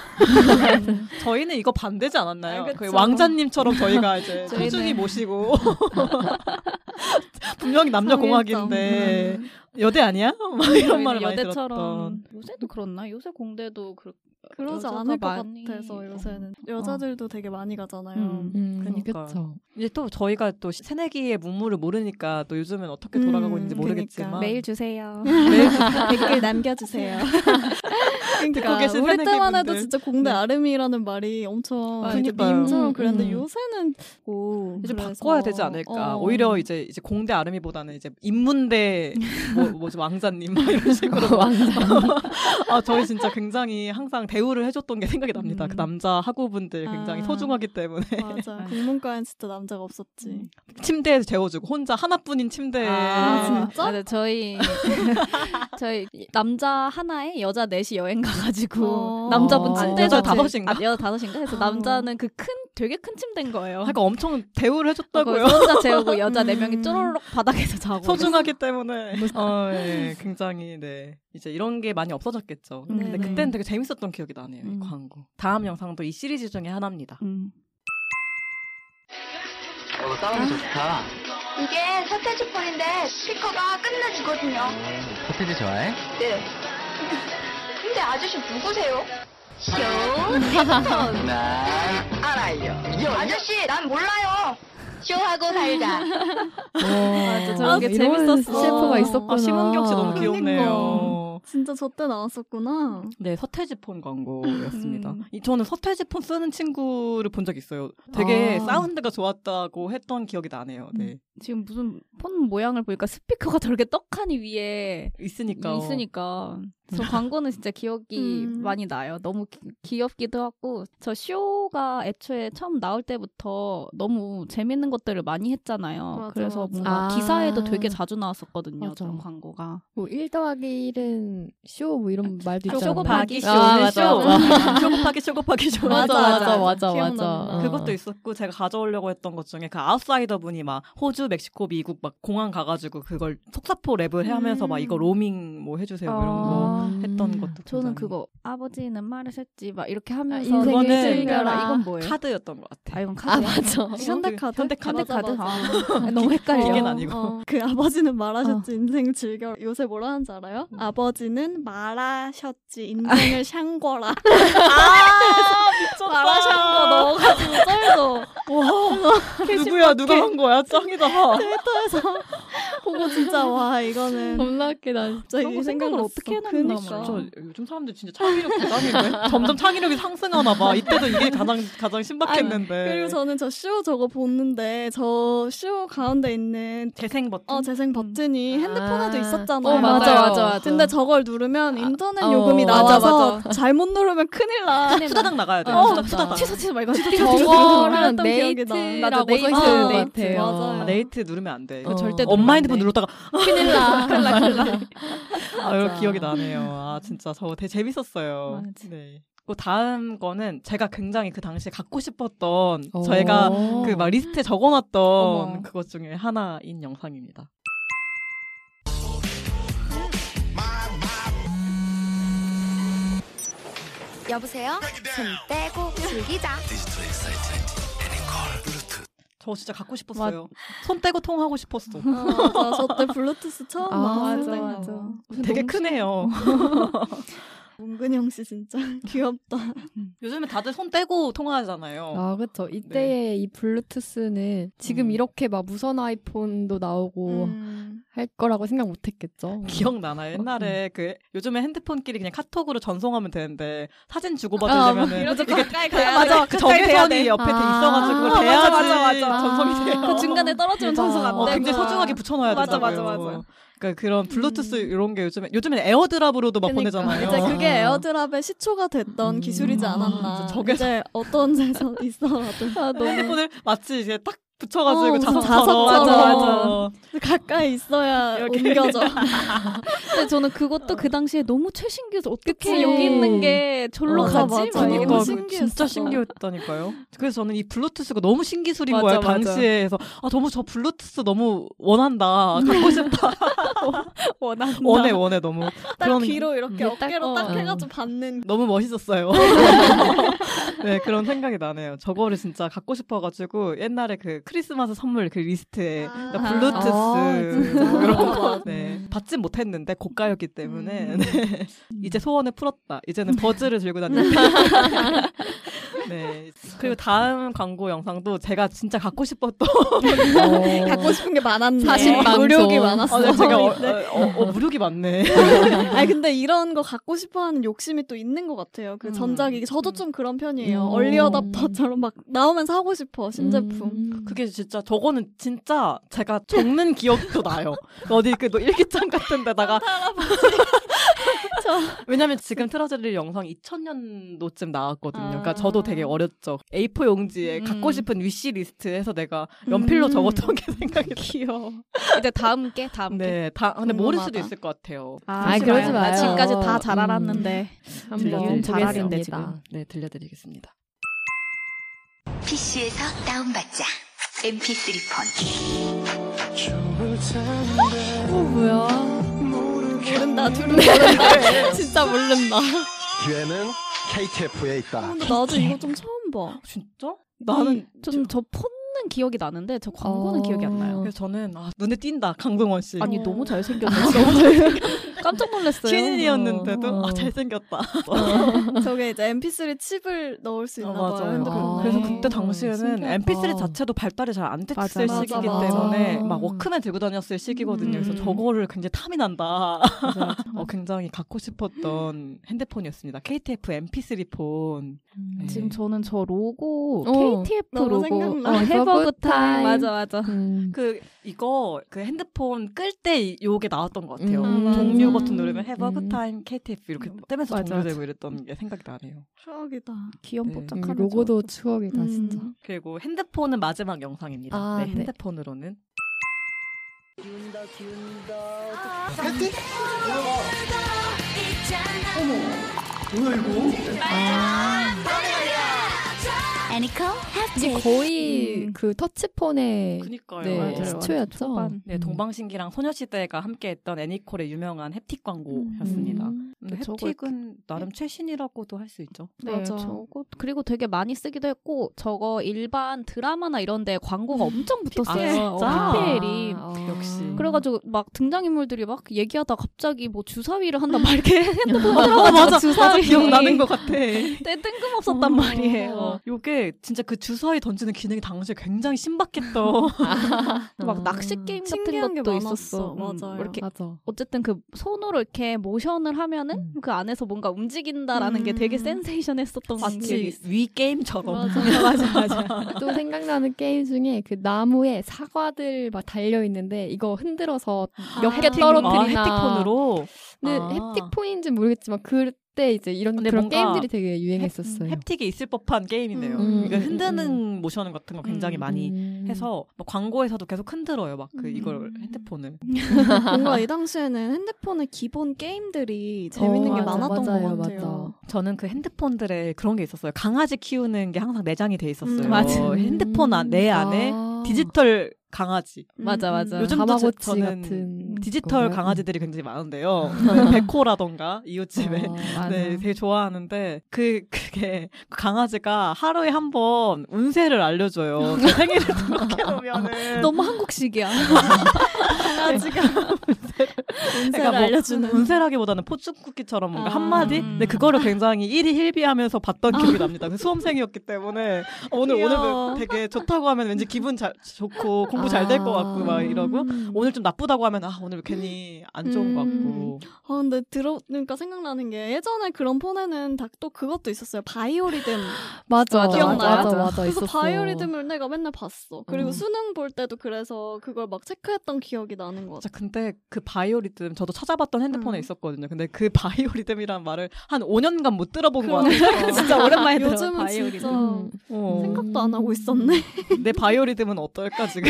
D: 저희는 이거 반대지 않았나요?
A: 아, 그쵸.
D: 그 왕자님처럼 저희가 이제
B: 저희는-
D: 꾸준히 모시고 분명히 남녀 공학인데
A: 음.
D: 여대 아니야? 막 이런 말을 많이 들었던.
B: 여대처럼 요새도 그렇나? 요새 공대도 그렇
A: 그러지
B: 여자가
A: 않을 것
B: 많이- 어.
A: 같아서 요새는 여자들도 되게 많이 가잖아요.
B: 음.
C: 음,
D: 그러니까요.
C: 그쵸.
D: 이제 또 저희가 또 새내기의 문물을 모르니까 또 요즘엔 어떻게 돌아가고
A: 음,
D: 있는지
A: 그러니까.
D: 모르겠지만
B: 메일 주세요.
D: 네.
A: 댓글 남겨주세요.
D: 네. 듣고 계신
A: 그러니까 우리
D: 새내기
A: 때만 해도
D: 분들.
A: 진짜 공대
D: 네.
A: 아름이라는 말이 엄청
D: 아,
A: 이제
D: 그러니까요.
A: 밈처럼
C: 음,
A: 그랬는데
C: 음.
A: 요새는 오,
D: 이제
A: 그래서-
D: 바꿔야 되지 않을까.
A: 어.
D: 오히려 이제 이제 공대 아름이보다는 이제 인문대 뭐, 뭐지 왕자님 막 이런 식으로 아 저희 진짜 굉장히 항상 대우를 해줬던 게 생각이 납니다. 그 남자 학우분들 굉장히
A: 음. 아.
D: 소중하기 때문에
A: 맞아.
D: 네.
A: 국문과엔 진짜 남자가 없었지.
D: 침대에서 재워주고 혼자 하나뿐인 침대에
A: 아, 진짜?
B: 맞아, 네, 저희 저희 남자 하나에 여자 넷이 여행 가가지고
A: 어.
B: 남자분
C: 아,
B: 침대에
D: 여자
B: 같이-
D: 다섯인가?
B: 아, 여자 다섯인가 해서
A: 어.
B: 남자는 그 큰 되게 큰 침대인 거예요.
D: 그러니까 엄청 대우를 해줬다고요.
B: 거기서
A: 아,
B: 혼자 재우고 여자 네
A: 음.
B: 명이 쪼르륵 바닥에서 자고
D: 소중하기 때문에 어, 예, 굉장히 네 이제 이런 게 많이 없어졌겠죠.
A: 음.
B: 네,
D: 근데
B: 네.
D: 그때는 되게 재밌었던 기억이 나네요. 이
B: 음.
D: 광고. 다음 영상도 이 시리즈 중에 하나입니다.
B: 음.
F: 어, 너 따라하기 좋다.
E: 이게 서태지 폰인데 스피커가 끝내주거든요.
F: 서태지 네, 좋아해?
E: 네. 근데 아저씨 누구세요?
F: 어, 네. 난
E: 알아요. 아저씨 난 몰라요. 쇼하고 살자.
B: 맞아, 저런 게
C: 이런
B: 재밌었어.
C: 셰프가
A: 아, 그러니까.
C: 있었구나.
D: 아 심은경 씨 너무 귀엽네요.
A: 진짜 저 때 나왔었구나.
D: 네, 서태지폰 광고였습니다.
B: 음.
D: 이, 저는 서태지폰 쓰는 친구를 본 적 있어요. 되게
C: 아.
D: 사운드가 좋았다고 했던 기억이 나네요. 네.
B: 지금 무슨 폰 모양을 보니까 스피커가 저렇게 떡하니 위에
D: 있으니까.
B: 있으니까 저 광고는 진짜 기억이
A: 음.
B: 많이 나요. 너무 기- 귀엽기도 하고 저 쇼가 애초에 처음 나올 때부터 너무 재밌는 것들을 많이 했잖아요.
A: 맞아,
B: 그래서
A: 맞아.
B: 뭔가
C: 아.
B: 기사에도 되게 자주 나왔었거든요.
C: 맞아.
B: 그런 광고가.
C: 뭐1 더하기 1은 쇼 뭐 이런 말도 있잖아요.
B: 쇼곱하기
D: 쇼,
C: 아,
D: 오늘
C: 맞아,
D: 쇼.
C: 맞아.
D: 쇼곱하기 쇼곱하기 쇼.
C: 맞아 맞아 맞아
A: 기억난다.
C: 맞아.
D: 그것도 있었고 제가 가져오려고 했던 것 중에 그 아웃사이더 분이 막 호주, 멕시코, 미국 막 공항 가가지고 그걸 속사포 랩을 해 하면서
A: 음.
D: 막 이거 로밍 뭐 해주세요 뭐 이런 거
C: 어.
B: 아,
D: 했던 것도
B: 저는
D: 굉장히-
B: 그거 아버지는 말을 했지 막 이렇게 하면서
C: 인생을
B: 너는
C: 즐겨라.
B: 이건 뭐예요?
D: 카드였던 것 같아.
B: 아 이건 카드.
C: 아 맞아.
A: 현대카드?
D: 현대카드.
B: 현대카드.
A: 맞아,
B: 아, 너무 헷갈려.
D: 기계는 아니고. 어.
A: 그 아버지는 말하셨지 인생 즐겨 요새 뭐라 하는지 알아요?
D: 음.
A: 아버지는 말하셨지
D: 아.
A: 인생을 샹궈라
D: 말하셨어
B: 너가 진짜도
D: 누구야 누가 한 거야 짱이다.
A: 보고 진짜 와 이거는
C: 겁나 웃기다.
B: 그런
A: 갑자기
B: 거 생각을 어떻게 해놨나
A: 그니까.
B: 몰라.
D: 저 요즘 사람들 진짜 창의력 대단인데 점점 창의력이 상승하나 봐. 이때도 이게 가장 가장 신박했는데.
A: 그리고 저는 저 쇼 저거 보는데 저 쇼 가운데 있는
D: 재생 버튼.
A: 어 재생 버튼이 핸드폰에도
C: 음. 아.
A: 있었잖아요.
C: 어, 맞아, 맞아, 맞아.
A: 근데 저걸 누르면 인터넷
C: 어,
A: 요금이
C: 맞아,
A: 나와서 잘못 누르면 큰일 나.
D: 수다닥 나가야 돼.
B: 어,
D: 수다, 수다닥.
B: 취소 취소 막 이거
C: 저거랑
A: 그랬던 기억이 나.
B: 나도
C: 네이트라고
B: 네이트,
C: 써 있는
A: 어.
C: 것
B: 네이트.
C: 같아요.
A: 맞아요.
D: 아, 네이트 누르면 안 돼.
C: 어. 절대
D: 엄마 핸드폰 누르다가
C: 큰일 나. 큰일 나. 큰일 나.
D: 아, 이거 기억이 나네요. 아 진짜 저거 되게 재밌었어요.
B: 맞아.
D: 네. 그 다음 거는 제가 굉장히 그 당시에 갖고 싶었던 저희가
C: 오.
D: 그 막 리스트에 적어놨던
B: 어머.
D: 그것 중에 하나인 영상입니다.
E: 여보세요? 손 떼고 즐기자.
D: 저 진짜 갖고 싶었어요. 손 떼고 통하고 싶었어.
A: 아, 맞아. 저때 블루투스 처음
C: 아,
A: 나왔을
C: 맞아,
A: 때가.
C: 맞아.
D: 되게 크네요.
A: 문근영 씨 진짜 귀엽다.
D: 요즘에 다들 손 떼고 통화하잖아요.
C: 아 그렇죠. 이때의 이 블루투스는 지금
D: 음.
C: 이렇게 막 무선 아이폰도 나오고
A: 음.
C: 할 거라고 생각 못했겠죠.
D: 기억나나요? 옛날에 그 요즘에 핸드폰끼리 그냥 카톡으로 전송하면 되는데 사진
B: 아,
D: 주고받으려면 은
B: 이러면서 가까이
D: 맞아 그 정선이 옆에 돼 있어가지고
C: 아, 맞아,
D: 돼야지
B: 맞아, 맞아.
D: 전송이 돼요.
B: 그 중간에 떨어지면
C: 대박.
B: 전송 안
D: 어,
B: 되고
D: 굉장히 소중하게 붙여놔야
B: 맞아,
D: 되잖아요.
B: 맞아, 맞아.
D: 그러니까 그런 블루투스 이런 게 요즘에 요즘에는 에어드랍으로도 막
A: 그러니까.
D: 보내잖아요.
A: 이제 그게 에어드랍의 시초가 됐던
C: 음.
A: 기술이지
C: 아,
A: 않았나.
D: 진짜 저게
A: 이제 어떤 데서 있어라도.
D: 핸드폰을 마치 이제 딱 붙여가지고
A: 그 어, 무슨
D: 자석처럼.
A: 자석처럼.
D: 맞아,
A: 가까이 있어야
D: 이렇게.
A: 옮겨져.
B: 근데 저는 그것도 그 당시에 너무 최신기해서 어떻게
A: 그치.
B: 여기 있는 게 절로
A: 음. 어,
B: 가지?
A: 맞아.
B: 막
D: 맞아.
B: 이러고
A: 너무
D: 그러니까
A: 신기했어.
D: 진짜 신기했다니까요. 그래서 저는 이 블루투스가 너무 신기술인
C: 맞아,
D: 거예요
C: 맞아.
D: 당시에. 그래서 아 너무 저 블루투스 너무 원한다. 갖고 싶다.
B: 원한다.
D: 원해 원해 너무.
A: 딱
D: 그런-
A: 귀로 이렇게
B: 위에 딱-
A: 어깨로 그러니까. 음. 딱
B: 어.
A: 해가지고 받는
D: 너무 멋있었어요. 네, 그런 생각이 나네요. 저거를 진짜 갖고 싶어가지고 옛날에 그 크리스마스 선물 그 리스트에
A: 아.
D: 블루투스
C: 아, 진짜. 어.
D: 뭐 이런 거 네, 받진 못했는데 고가였기 때문에
C: 음.
D: 네. 이제 소원을 풀었다. 이제는 버즈를 들고 다니는데 네. 그리고 다음 광고 영상도 제가 진짜 갖고 싶었던
C: 어.
A: 갖고 싶은 게 어. 많았네.
C: 사실 많죠.
A: 무력이 많았어.
D: 아, 네, 제가 어, 어, 어, 어, 무력이 많네.
A: 아니 근데 이런 거 갖고 싶어하는 욕심이 또 있는 것 같아요. 그
D: 음.
A: 전자기기 저도 좀 그런 편이에요.
C: 음.
A: 얼리어답터처럼 막 나오면 사고 싶어 신제품.
C: 음.
D: 그게 진짜 저거는 진짜 제가 적는 기억도 나요. 어디 그 일기장 같은 데다가 왜냐면 지금 틀어드릴 영상 2000년도쯤 나왔거든요. 그러니까
A: 아.
D: 저도 되게 어렸죠. A4 용지에
B: 음.
D: 갖고 싶은 위시 리스트에서 내가 연필로
A: 음.
D: 적었던 게 생각이 귀여워.
B: 이제 다음 게 다음 게.
D: 네, 다 근데 모를 수도
A: 궁금하다.
D: 있을 것 같아요.
B: 아,
C: 아이, 그러지
B: 나
C: 마요.
B: 지금까지 다 잘
C: 음.
B: 알았는데.
C: 한번
B: 잘 알인데,
C: 보겠습니다.
B: 지금.
D: 네, 들려드리겠습니다.
G: PC에서 다운받자. MP3 폰.
C: 어, 뭐야?
D: 네.
A: 모른다 둘은 모른다. 진짜 모른다.
H: 기회는 KTF에 있다.
A: 근데 나도 이거 좀 처음 봐.
D: 진짜? 나는
B: 좀 음. 저 폰은 기억이 나는데 저 광고는
C: 어.
B: 기억이 안 나요.
D: 그래서 저는 아, 눈에 띈다 강동원 씨.
B: 아니
A: 어.
B: 너무 잘생겼네. 너무 잘- 깜짝 놀랐어요.
D: 신인이었는데도
C: 어.
D: 아, 잘생겼다.
A: 저게 이제 MP3 칩을 넣을 수 있나
D: 아,
A: 봐요.
D: 맞아요.
A: 핸드폰에.
C: 아,
D: 그래서
C: 네.
D: 그때 당시에는
C: 신기하다.
D: MP3 자체도 발달이 잘 안 됐을
B: 맞아, 맞아,
D: 시기이기
A: 맞아.
D: 때문에
C: 아.
D: 막 워크맨 들고 다녔을 시기거든요. 그래서
B: 음.
D: 저거를 굉장히 탐이 난다. 어, 굉장히 갖고 싶었던 핸드폰이었습니다. KTF MP3 폰. 네.
B: 그 지금 저는 저 로고
C: 어.
B: KTF
A: 나도
B: 로고
A: 생각나.
C: 음,
B: 어, 해버그
C: Have a
B: 타임
C: time.
B: 맞아 맞아.
C: 음.
D: 그 이거 그 핸드폰 끌 때 요게 나왔던 것 같아요.
C: 음.
A: 아, 맞아.
D: 종료 버튼 누르면 Have a
C: 음.
D: good time KTF 이렇게 뜨면서
B: 맞아,
D: 종료되고 이랬던 게 생각이 나네요.
A: 추억이다.
D: 네.
B: 귀염뽀짝한
C: 음, 로고도 추억이다
A: 음.
C: 진짜.
D: 그리고 핸드폰은 마지막 영상입니다.
C: 아,
D: 네,
C: 네.
D: 핸드폰으로는
G: 애니컬
C: 이게
G: 핫
C: 거의 그 터치폰의
D: 그니까요.
C: 음. 네,
B: 맞아요.
C: 시초였죠. 음.
B: 초반.
D: 네, 동방신기랑 소녀시대가 함께했던 애니콜의 유명한 햅틱 광고였습니다.
C: 음.
D: 근데
B: 네, 저거
D: 햅틱은 나름 최신이라고도 할 수 있죠.
B: 네,
A: 맞아.
B: 저거 그리고 되게 많이 쓰기도 했고 저거 일반 드라마나 이런 데 광고가
A: 음.
B: 엄청
A: 아, 네.
B: 붙었어요.
D: 아, 진짜?
B: PPL이.
C: 아,
D: 역시.
B: 그래가지고
A: 음.
B: 막 등장인물들이 막 얘기하다 갑자기 뭐 주사위를 한다 막 이렇게 핸드폰 들어가서 주사위
D: 것 같아. 어,
B: 때
A: 어.
B: 뜬금없었단 말이에요.
D: 요게 진짜 그 주사위 던지는 기능이 당시에 굉장히 신박했던.
B: 막 낚시 게임 같은
A: 신기한 게
B: 것도
A: 많았어.
B: 있었어. 음,
A: 맞아요.
B: 이렇게
C: 맞아.
B: 어쨌든 그 손으로 이렇게 모션을 하면은 그 안에서 뭔가 움직인다라는 게
A: 음.
B: 되게 센세이션했었던 기억이
D: 마치
B: 있어.
D: 위 게임처럼.
B: 맞아 맞아.
C: 또 생각나는 게임 중에 그 나무에 사과들 막 달려 있는데 이거 흔들어서 몇
B: 뭐.
C: 개 떨어뜨리나.
D: 아, 햅틱폰으로.
C: 근데
D: 아.
C: 햅틱폰인지 모르겠지만 그때 이제 이런
D: 근데
C: 그런
D: 뭔가 음,
C: 게임들이 되게
B: 네.
C: 유행했었어요.
D: 햅틱이 있을 법한 게임이네요.
A: 음.
D: 이거 흔드는 모션 같은 거 굉장히
B: 음.
D: 많이
C: 음.
D: 해서 막 광고에서도 계속 흔들어요. 막 그
B: 음.
D: 이걸 핸드폰을.
A: 뭔가 이 당시에는 핸드폰의 기본 게임들이 재밌는
C: 어,
A: 게
C: 맞아,
A: 많았던
C: 맞아요,
A: 것 같아요.
D: 저는 그 핸드폰들에 그런 게 있었어요. 강아지 키우는 게 항상 내장이 돼 있었어요.
A: 음, 맞아.
D: 핸드폰 안, 내 안에
C: 아.
D: 디지털 강아지.
B: 맞아, 맞아.
A: 음.
D: 요즘도
C: 다마고치
D: 저- 저는
C: 같은
D: 디지털
C: 건가요? 음.
D: 강아지들이 굉장히 많은데요. 백호라던가 이웃집에.
C: 아,
D: 네, 되게 좋아하는데 그 그게 그 강아지가 하루에 한 번 운세를 알려줘요. 제 생일을 등록해 놓으면은
B: 너무 한국식이야.
A: 강아지가 운세를
D: 그러니까 뭐
A: 알려주는
D: 운세라기보다는 포춘쿠키처럼 뭔가
A: 아.
D: 한마디? 근데 그거를 굉장히 일이 힐비하면서 봤던 기억이 납니다. 그 수험생이었기 때문에 어, 오늘
A: 아. 귀여워.
D: 오늘 되게 좋다고 하면 왠지 기분 잘 좋고 공부 잘 될 것 같고
A: 아.
D: 막 이러고 오늘 좀 나쁘다고 하면 아 오늘 괜히 안 좋은 것 같고
A: 아 근데 들어보니까 생각나는 게 예전에 그런 폰에는 다 또 그것도 있었어요 바이오리듬
C: 맞아, 맞아,
A: 기억나요?
C: 맞아, 맞아.
A: 그래서
C: 있었어.
A: 바이오리듬을 내가 맨날 봤어 그리고
D: 음.
A: 수능 볼 때도 그래서 그걸 막 체크했던 기억이 나는 것 같아
D: 진짜 근데 그 바이오 바이오리듬 저도 찾아봤던 핸드폰에
A: 음.
D: 있었거든요. 근데 그 바이오리듬이라는 말을 한 5년간 못 들어본 거
A: 그러니까.
D: 같아요. 진짜 오랜만에 들어.
A: 요즘은 진짜
C: 음.
D: 어.
A: 생각도 안 하고 있었네.
D: 내 바이오리듬은 어떨까 지금.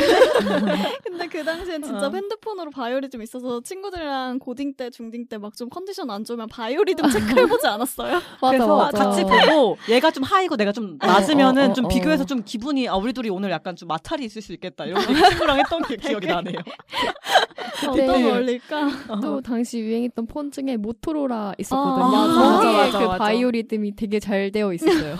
A: 근데 그 당시엔 진짜
D: 어.
A: 핸드폰으로 바이올이 좀 있어서 친구들이랑 고딩 때, 중딩 때 막 좀 컨디션 안 좋으면 바이오리듬 체크해보지 않았어요?
C: 맞아,
D: 그래서
C: 맞아.
D: 같이 보고 얘가 좀 하이고 내가 좀 낮으면은
C: 어,
D: 좀
C: 어.
D: 비교해서 좀 기분이 아 우리 둘이 오늘 약간 좀 마찰이 있을 수 있겠다 이런 얘기 친구랑 했던 게 기억이 나네요.
C: 그때
A: 어떤 원리일까?
C: 네. 또 당시 유행했던 폰 중에 모토로라 있었거든요.
A: 아,
C: 거기에
D: 어. 맞아, 맞아,
C: 그
D: 맞아.
C: 바이오리듬이 되게 잘 되어 있어요.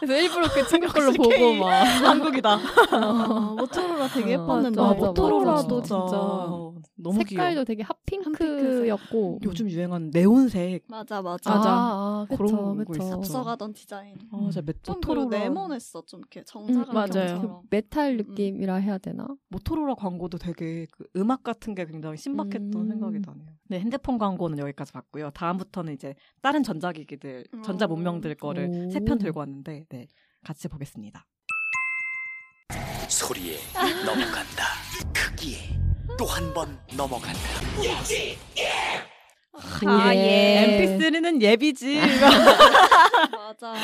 C: 그래서 일부러 그 친구 걸로 보고 막.
D: 한국이다.
A: 아, 모토로라 되게
C: 어,
A: 예뻤는데.
C: 맞아, 맞아.
A: 모토로라도
C: 진짜.
D: 어, 너무 귀여워.
C: 색깔도 되게 핫핑크였고.
D: 요즘 유행한 네온색.
A: 맞아, 맞아.
C: 아,
D: 맞아.
C: 아, 그쵸,
D: 그런 거
C: 그쵸.
D: 있었죠.
A: 앞서가던 디자인.
D: 아, 진짜 몇
A: 좀
D: 모토로라-
A: 그리고 네모냈어, 좀 이렇게 정사각형처럼.
B: 맞아요.
C: 음, 그
D: 음.
C: 메탈 느낌이라 해야 되나?
D: 아, 모토로라 광고도 되게 그 음악 같은 게 굉장히 신박했던
C: 음.
D: 생각이 나네요. 네, 핸드폰 광고는 여기까지 봤고요. 다음부터는 이제 다른 전자기기들,
A: 음.
D: 전자 문명들 거를
C: 오.
D: 세 편 들고 왔는데, 네, 같이 보겠습니다.
I: 소리에 넘어간다. 크기에 또 한 번 넘어간다.
C: 아,
D: 네.
C: 예.
D: MP3는 예비지.
A: 맞아.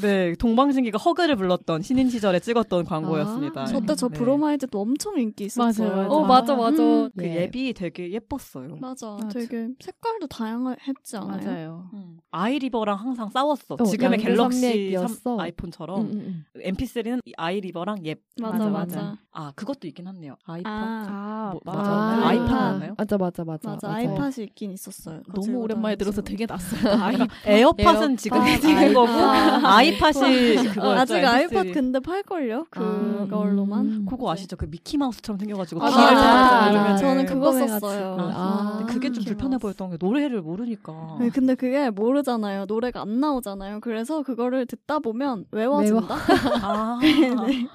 D: 네, 동방신기가 허그를 불렀던 신인 시절에 찍었던 광고였습니다.
C: 아,
A: 저 때 저
D: 네.
A: 브로마이드도 엄청 인기 있었어요.
B: 맞아요, 맞아.
C: 어, 맞아, 맞아.
A: 음.
D: 그 예. 비 되게 예뻤어요.
A: 맞아.
B: 맞아.
A: 되게 색깔도 다양했지 않아요?
B: 맞아요.
D: 아이리버랑 항상 싸웠어.
C: 어,
D: 지금의
C: 양대
D: 갤럭시
C: 산맥이었어.
D: 삼- 아이폰처럼
C: 음, 음,
D: MP3는 아이리버랑 예.
A: 맞아, 맞아.
D: 아 그것도 있긴 하네요. 아이팟.
A: 아,
B: 아,
C: 음.
D: 뭐, 맞아. 아, 아이팟이었나요?
C: 맞아, 맞아, 맞아.
A: 맞아. 아이팟이 있긴 있었어요.
B: 너무 오랜만에 들어서 되게
D: 음.
B: 낯설다. 아이,
D: 에어팟은 지금
C: 에어팟,
D: 있는 거고
A: 아이팟.
D: 아이팟이 그거
A: 아직 아이팟 근데 팔걸요?
C: 아,
A: 그걸로만.
C: 음.
D: 그거 아시죠? 그 미키 마우스처럼 생겨가지고
C: 아,
D: 귀를
C: 맞아, 네,
D: 잡아서
C: 맞아.
D: 누르면은.
A: 저는 그거
C: 궁금해가지고.
A: 썼어요.
D: 아, 근데 그게 좀
A: 미키
D: 불편해
A: 마우스.
D: 보였던 게 노래를 모르니까.
A: 네, 근데 그게 모르잖아요. 노래가 안 나오잖아요. 그래서 그거를 듣다 보면 외워진다.
D: 아,
A: 네.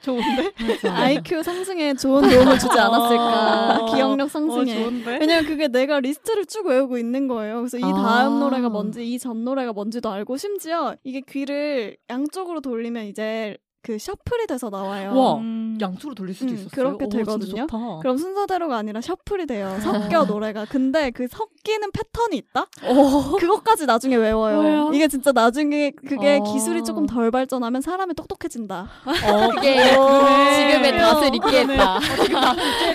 D: 좋은데?
A: IQ 상승에 좋은 도움을 주지
D: 어,
A: 않았을까. 기억력
D: 어,
A: 상승에.
D: 좋은데?
A: 왜냐면 그게 내가 리스트를 쭉 외우고 있는 거예요. 그래서 이 다음
C: 아.
A: 노래가 뭔지, 이 전 노래가 뭔지도 알고, 심지어 이게 귀를 양쪽으로 돌리면 이제 그 셔플이 돼서 나와요.
D: 와, 양쪽으로 돌릴 수도
A: 음,
D: 있었어요.
A: 그렇게
D: 오, 진짜
A: 되거든요.
D: 좋다.
C: 어.
A: 그럼 순서대로가 아니라 셔플이 돼요. 섞여 노래가. 근데 그 섞이는 패턴이 있다? 그것까지 나중에 외워요.
C: 어. 왜요?
A: 이게 진짜 나중에 그게
C: 어.
A: 기술이 조금 덜 발전하면 사람이 똑똑해진다.
C: 네,
D: 어,
C: 그게 지금의 낯을 잊게 했다.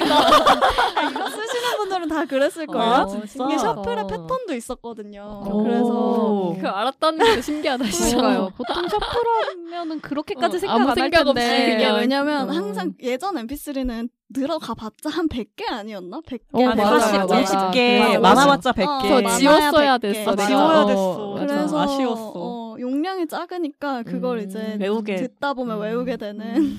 A: 이거 쓰시는 분들은 다 그랬을
D: 아,
C: 음.
A: 거예요.
C: 어.
D: 진짜?
A: 이게 셔플의 패턴도 있었거든요.
D: 어.
A: 그래서
D: 오.
C: 그 알았다는 게 신기하다.
B: 그러니까요. 보통 셔플하면은 그렇게까지
C: 어,
B: 생각
C: 아무
B: 안 할
C: 생각 없이
B: 텐데.
A: 이게
C: 그냥
A: 왜냐면
C: 어.
A: 항상 예전 MP3는 들어가 봤자 한 100개 아니었나? 100개.
C: 어,
D: 아, 네,
C: 맞아요,
D: 40,
C: 맞아요.
D: 50개,
A: 맞아요.
D: 많아봤자
A: 어,
C: 저
D: 100개. 음.
A: 맞아.
C: 지웠어야
A: 많아야
C: 됐어.
A: 백 개.
C: 내가.
D: 지워야
C: 어,
D: 됐어.
C: 맞아.
A: 그래서
D: 아쉬웠어.
A: 어, 용량이 작으니까 그걸
C: 음.
A: 이제
D: 외우게.
A: 듣다 보면
D: 음.
A: 외우게 되는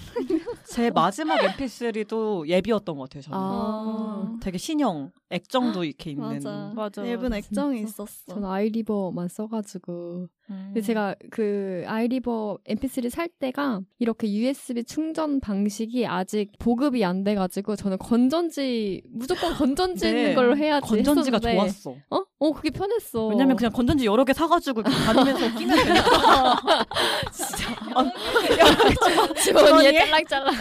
D: 제 마지막 MP3도 예비였던 것 같아요, 저는.
C: 아.
D: 되게 신형, 액정도 이렇게 있는.
A: 맞아.
B: 맞아.
D: 네
A: 일본 액정이
C: 진짜.
A: 있었어.
C: 전 아이리버만 써가지고
D: 음.
C: 근데 제가 그 아이리버 MP3 살 때가 이렇게 USB 충전 방식이 아직 보급이 안 돼가지고 저는 건전지 무조건 건전지
D: 네.
C: 있는 걸로 해야지
D: 건전지가
C: 했었는데
D: 좋았어.
C: 어? 어 그게 편했어.
D: 왜냐면 그냥 건전지 여러 개 사가지고 이렇게 다니면서 끼면 되니까. 진짜.
C: 주머니에
D: 주머니에?
C: 짤랑짤랑.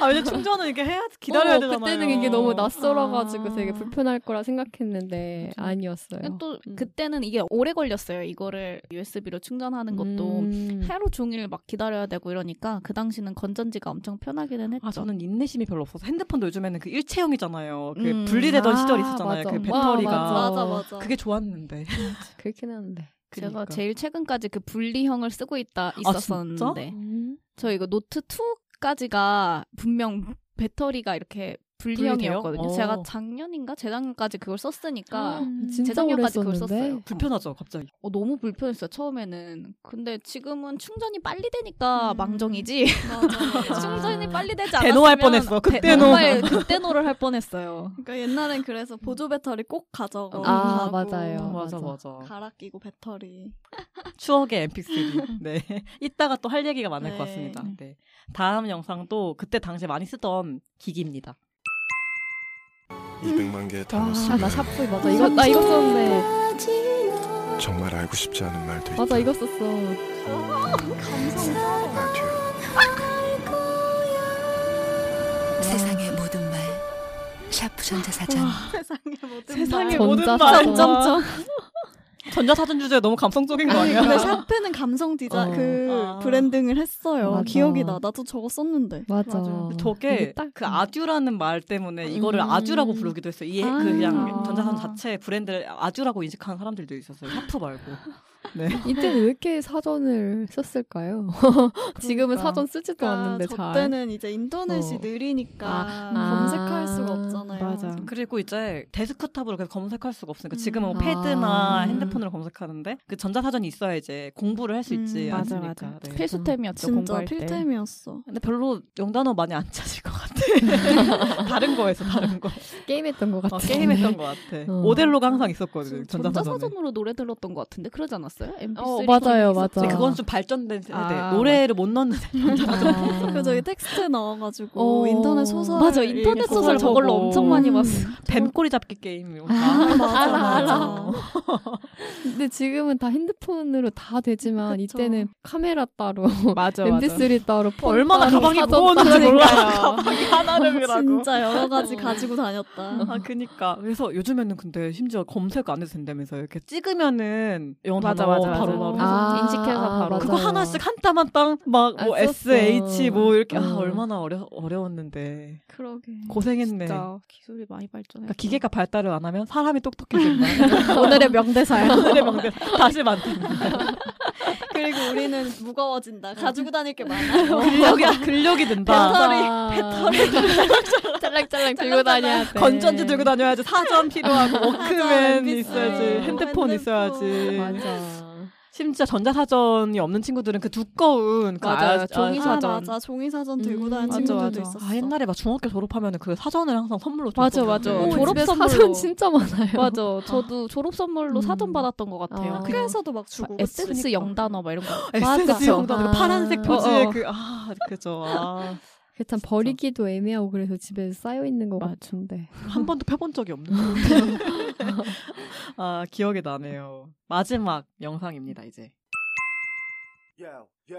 D: 아, 왜냐 충전은 이렇게 해야, 기다려야
C: 어,
D: 되잖아요.
C: 그때는 이게 너무 낯설어가지고
A: 아.
C: 되게 불편할 거라 생각했는데 아니었어요.
B: 또 그때는 이게 오래 걸렸어요. 이거를 USB로 충전하는 것도
C: 음.
B: 하루 종일 막 기다려야 되고 이러니까 그 당시는 건전지가 엄청 편하기는 했죠.
D: 아, 저는 인내심이 별로 없어서 핸드폰도 요즘에는 그 일체형이잖아요. 그
B: 음.
D: 분리되던
C: 아,
D: 시절이 있었잖아요.
C: 맞아.
D: 그
C: 와,
D: 배터리가.
C: 맞아.
A: 맞아 맞아.
D: 그게 좋았는데.
C: 그렇긴 한데.
B: 제가
D: 그러니까. 아,
B: 제일 최근까지 그 분리형을 쓰고 있다 있었었는데
C: 음.
B: 저 이거 노트 2까지가 분명 배터리가 이렇게 분리형이었거든요.
D: 분리돼요?
B: 제가
D: 어.
B: 작년인가 재작년까지 그걸 썼으니까
C: 그러니까 음. 진짜 오래
B: 아, 재작년까지 그걸
C: 썼는데.
B: 썼어요.
D: 불편하죠, 갑자기.
B: 어, 너무 불편했어요 처음에는. 근데 지금은 충전이 빨리 되니까
A: 음.
B: 망정이지.
A: 맞아. 맞아.
B: 충전이 빨리 되지 않았으면
D: 대노할 뻔했어,
B: 대-
D: 그때노.
B: 정말 그때노를 할 뻔했어요.
A: 그러니까 옛날엔 그래서 보조 배터리 꼭 가져가고
C: 아,
A: 어,
C: 맞아요.
D: 음, 맞아,
C: 맞아.
D: 맞아.
A: 갈아 끼고 배터리.
D: 추억의 MP3. 네. 이따가 또 할 얘기가 많을 것
A: 네.
D: 같습니다. 네. 다음 영상도 그때 당시에 많이 쓰던 기기입니다.
H: 200만 개
C: 아, 나
H: 단어쓰면
C: 샤프 맞아. 이거 나 이거 썼는데.
H: 정말 알고 싶지 않은 말도 있다.
C: 맞아 이거 썼어.
H: 라디오.
G: 세상의 모든 말 샤프 전자사전
A: 세상의 모든
D: 세상의
A: 말. 아.
D: 모든 말.
C: 전자사전.
B: 점점점.
D: 전자사전 주제가 너무 감성적인 거
A: 아니
D: 아니야?
A: 근데 샤프는 감성 디자
C: 어.
A: 그
D: 아.
A: 브랜딩을 했어요.
C: 맞아.
A: 기억이 나. 나도 저거 썼는데.
C: 맞아.
A: 맞아요.
D: 저게
C: 이게 딱-
D: 그 아듀라는 말 때문에 이거를
C: 음.
D: 아듀라고 부르기도 했어요. 이,
A: 아.
D: 그 그냥 전자산 자체 브랜드를 아듀라고 인식하는 사람들도 있었어요. 샤프 말고. 네.
C: 이때는 왜 이렇게 사전을 썼을까요? 지금은
D: 그러니까.
C: 사전 쓰지도 않는데
A: 저
C: 잘.
A: 때는 이제 인터넷이
C: 어.
A: 느리니까
C: 아,
A: 검색할
C: 아,
A: 수가 없잖아요.
B: 맞아.
D: 그리고 이제 데스크탑으로 계속 검색할 수가 없으니까 지금은 뭐
C: 음.
D: 패드나
C: 아.
D: 핸드폰으로 검색하는데 그 전자사전이 있어야 이제 공부를 할 수 있지
A: 음,
B: 맞아,
D: 않습니까?
B: 맞아.
D: 네.
B: 필수템이었죠,
A: 진짜
B: 공부할 때.
A: 필템이었어.
D: 근데 별로 영단어 많이 안 찾을 것 같아. 다른 거에서 다른 거.
C: 게임했던 것 같아.
D: 어, 게임했던 것 같아.
C: 어.
D: 모델로가 항상 있었거든. 전자사전.
B: 전자사전으로 노래 들었던 것 같은데 그러지 않았어요? MP3
C: 어, 맞아요,
B: 폰이 있었죠?
D: 근데
C: 맞아.
D: 그건 좀 발전된 세대. 네,
B: 아,
D: 노래를 못 넣는 세대.
A: 그 저기 텍스트 넣어가지고
C: 어.
A: 인터넷 소설
B: 맞아, 인터넷
A: 읽고 음.
B: 소설
D: 소설
B: 저걸로
D: 보고.
B: 엄청 많이 봤어.
D: 뱀꼬리 잡기 게임 이런 거.
A: 맞아 맞아.
C: 근데 지금은 다 핸드폰으로 다 되지만
A: 그쵸.
C: 이때는 카메라 따로,
B: 맞아,
C: MP3 따로, 폰
D: 어, 얼마나
C: 따로,
D: 가방이
C: 사전
D: 무거웠는지
C: 따로
D: 몰라.
C: 그러니까요.
D: 가방이 하나름이라고.
A: 진짜 여러 가지 가지고
B: 음.
A: 다녔다.
D: 아, 그니까. 그래서 요즘에는 근데 심지어 검색 안 해도 된다면서요. 이렇게 찍으면은 영어
B: 맞아,
D: 단어
B: 맞아, 맞아.
D: 바로 나오고.
B: 아, 인식해서 바로.
D: 그거
C: 맞아요.
D: 하나씩 한 땀 한 땀 막 뭐
C: 아,
D: S
C: 썼어.
D: H 뭐 이렇게 아
C: 어.
D: 얼마나 어려 어려웠는데
A: 그러게.
D: 고생했네.
B: 진짜 기술이 많이 발전해.
D: 그러니까 기계가 발달을 안 하면 사람이 똑똑해진다.
B: 오늘의 명대사야.
D: 오늘의 명대 다시 만든다.
A: 그리고 우리는
B: 음.
A: 무거워진다. 가지고 다닐 게
B: 어.
A: 많아.
D: 근력이 근력이
B: 네.
D: 된다.
C: 배터리, 배터리. 짤랑짤랑 들고 다녀야 돼.
D: 네. 건전지 들고 다녀야지 사전 필요하고 워크맨
A: MP3,
D: 있어야지
A: 핸드폰.
D: 핸드폰, 있어야지
C: 맞아.
D: 심지어 전자사전이 없는 친구들은 그 두꺼운 그
B: 맞아요.
D: 아-
B: 종이
D: 아,
A: 아
B: 사전.
A: 맞아 종이 사전 들고
C: 음,
A: 다니는
C: 맞아,
A: 친구들도
B: 맞아.
A: 있었어.
D: 아, 옛날에 막 중학교 졸업하면 그 사전을 항상 선물로 어,
B: 맞아,
D: 줬거든요.
B: 맞아.
D: 오,
B: 졸업
C: 집에
B: 선물로.
C: 사전 진짜 많아요.
B: 맞아. 저도 졸업 선물로
C: 음.
B: 사전 받았던 것 같아요.
C: 아,
B: 그
A: 학교에서도 막 주고 그치?
B: 에센스 영단어 막 이런 거.
D: 에센스
A: 맞아.
D: 용도 그 파란색
C: 아.
D: 표지에
B: 어, 어.
D: 그아 그죠 아,
C: 그게 참 버리기도 애매하고 그래서 집에 쌓여 있는 것
B: 맞아.
C: 같은데.
D: 한 번도 펴본 적이 없는 것 같아요 아 기억이 나네요 마지막 영상입니다 이제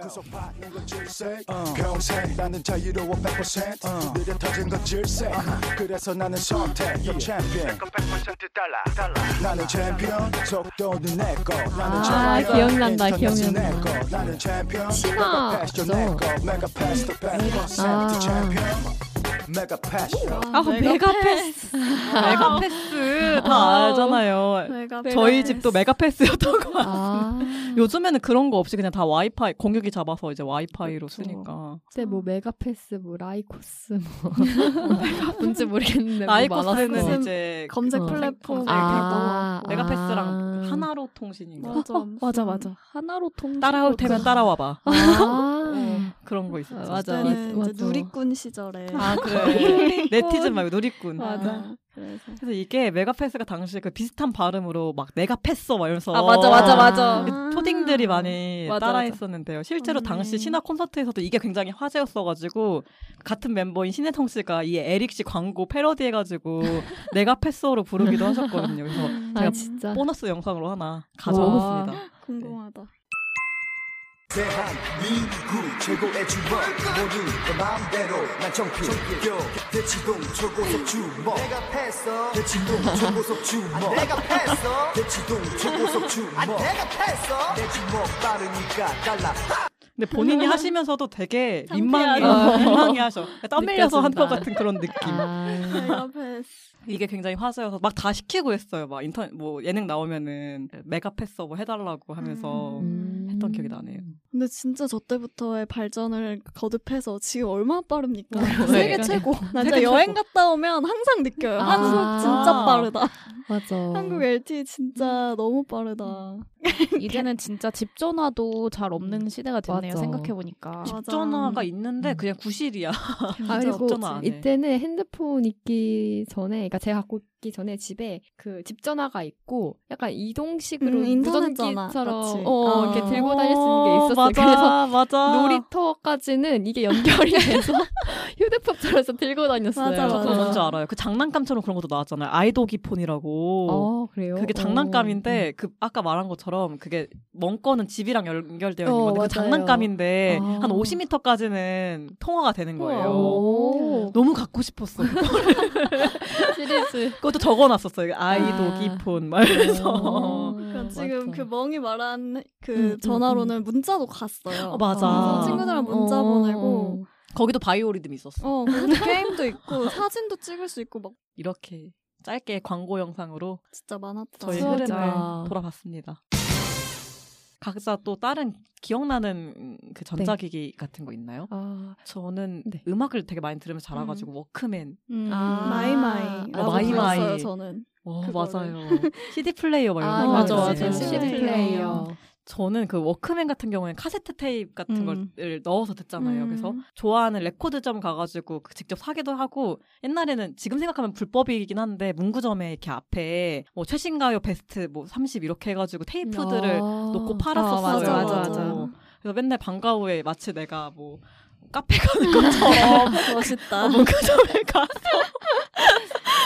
H: 구속 받는 건 질색
C: 어.
H: 평생 나는 자유로워 100% 느려 터진 건 질색 그래서 나는 선택 더 챔피언 나는 챔피언 속도는 내꺼 나는
C: 아,
H: 챔피언
C: 기억난다,
H: 인터넷은
C: 기억난다.
H: 내꺼. 나는 챔피언
C: 신화
H: 메가 패스트
C: 그죠?
H: 내꺼. 메가 패스트 100%
C: 아.
H: 챔피언 메가 패스트
B: 아, 메가패스.
D: 메가패스 다 알잖아요
A: 내가
D: 저희 집도 메가패스였던 거
C: 아.
D: 네, 요즘에는 그런 거 없이 그냥 다 와이파이 공유기 잡아서 이제 와이파이로 쓰니까
C: 그때 뭐 메가패스, 뭐 라이코스, 뭐
B: 네,
C: 뭔지 모르겠는데 뭐 많았어.
D: 아이코스는 네, 이제
A: 검색
C: 어.
A: 플랫폼
D: 검색 뭐
C: 아.
A: 이렇게 넣어.
D: 메가패스랑 그
C: 아.
D: 하나로 통신인가
A: 맞아
B: 맞아, 맞아. 하나로 뭐 통.
D: 따라올 테면 따라와봐 네,
C: 아,
D: 그런 거 있었죠.
B: 맞아.
A: 그때는
C: 맞아.
A: 이제 누리꾼 시절에
D: 아 그래. 네티즌 말고 누리꾼.
A: 맞아. 그래서
D: 그래서 이게 메가패스가 당시에 그 비슷한 발음으로 막 내가 패어 막 이러면서
B: 아, 맞아, 맞아, 맞아.
D: 그 초딩들이
B: 맞아,
D: 많이
B: 음. 맞아.
D: 따라했었는데요. 실제로
A: 맞네.
D: 당시 신화 콘서트에서도 이게 굉장히 화제였어가지고 같은 멤버인 신혜성 씨가 이 에릭 씨 광고 패러디해가지고 내가 패스로 부르기도 하셨거든요. 그래서
A: 음.
C: 아 진짜.
D: 보너스 영상으로 하나 가져오겠습니다.
A: 궁금하다.
H: 대한민국 최고의 주먹 모두 내 마음대로 난 정필교 대치동 초고속 주먹 내가 패서 대치동 초고속 주먹 내가 패서 대치동 초고속 주먹 내가 패서 내 주먹 빠르니까 달라
D: 근데 본인이 하시면서도 되게 민망해,
A: 창피하죠.
D: 민망해 하셔. 떠밀려서 한 것
C: 아. 느껴진다.
D: 같은 그런 느낌.
B: 네.
C: 아,
A: 내가 패스.
D: 이게 굉장히 화제여서 막 다 시키고 했어요. 막 인터넷 뭐 예능 나오면은 메가 패서 뭐 해달라고 하면서
C: 음.
D: 했던 기억이 나네요.
A: 근데 진짜 저 때부터의 발전을 거듭해서 지금 얼마나 빠릅니까? 그
D: 세계
A: 세계 최고. 나 진짜
D: 네, 세계
A: 여행
D: 최고.
A: 갔다 오면 항상 느껴요.
C: 아.
A: 한국 진짜 빠르다.
D: 어.
C: 맞아.
A: 한국 LTE
D: 음.
A: 진짜 너무 빠르다.
B: 이제는 진짜 집 전화도 잘 없는 시대가 됐네요.
C: 맞아. 음.
B: 생각해 보니까.
A: 맞아.
D: 전화가 있는데 그냥 구실이야.
C: 아, 그리고
D: 음. 없잖아, 네. 안 해.
C: 이때는 핸드폰 있기 전에, 그러니까 제가 갖고 있기 전에 집에 그 집전화가 있고, 약간 이동식으로
A: 음, 인터넷 전화,
C: 무전기처럼
A: 마치.
C: 어,
A: 아.
C: 이렇게 들고 다닐 수 있는 게 있었어요.
B: 맞아
C: 그래서
B: 맞아.
C: 놀이터까지는 이게 연결이 돼서 휴대폰 들어서 들고 다녔어요.
A: 맞아, 맞아.
D: 그거 뭔지 알아요. 그 장난감처럼 그런 것도 나왔잖아요. 아이도기폰이라고.
C: 아, 그래요? 어.
D: 그게 장난감인데 그 아까 말한 것처럼 그게 멍 거는 집이랑 연결되어 있는
C: 어,
D: 건데
C: 맞아요.
D: 그 장난감인데
C: 아.
D: 한 50m까지는 통화가 되는 거예요.
C: 어. 오.
D: 너무 갖고 싶었어.
C: 시리즈.
D: 그것도 적어놨었어요. 아이도기폰 막
C: 어.
D: 이래서.
A: 그러니까 지금
D: 맞아.
A: 그 멍이 말한 그
C: 음, 음,
A: 전화로는 문자도 갔어요.
D: 어, 맞아.
A: 그래서 친구들이랑 문자
C: 어,
A: 보내고
D: 거기도 바이오리듬 있었어.
A: 어 그래서 게임도 있고 사진도 찍을 수 있고 막
D: 이렇게 짧게 광고 영상으로
A: 진짜 많았다.
D: 저희
C: 진짜.
D: 흐름을 돌아봤습니다. 각자 또 다른 기억나는 그 전자기기 같은 거 있나요?
C: 아,
D: 저는
C: 네.
D: 음악을 되게 많이 들으면서 자라가지고 워크맨.
B: 음.
C: 아.
A: 마이마이라고
D: 아, 마이마이.
A: 불렀어요 저는.
D: 와
A: 그거를.
D: 맞아요. CD 플레이어 말고
C: 아,
A: 어,
C: 맞아, 아.
A: 맞아.
C: 맞아. CD
A: CD
C: 플레이어.
D: 저는 그 워크맨 같은 경우에는 카세트 테이프 같은
B: 음.
D: 걸 넣어서 듣잖아요.
A: 음.
D: 그래서 좋아하는 레코드점 가가지고 그 직접 사기도 하고 옛날에는 지금 생각하면 불법이긴 한데 문구점에 이렇게 앞에 뭐 최신 가요 베스트 뭐 30 이렇게 해가지고 테이프들을
C: 어. 아.
D: 놓고 팔았었어요.
B: 아, 맞아, 맞아, 맞아.
D: 어. 그래서 맨날 방과 후에 마치 내가 뭐 카페 가는 것처럼
A: 멋있다.
D: 어, 문구점에 가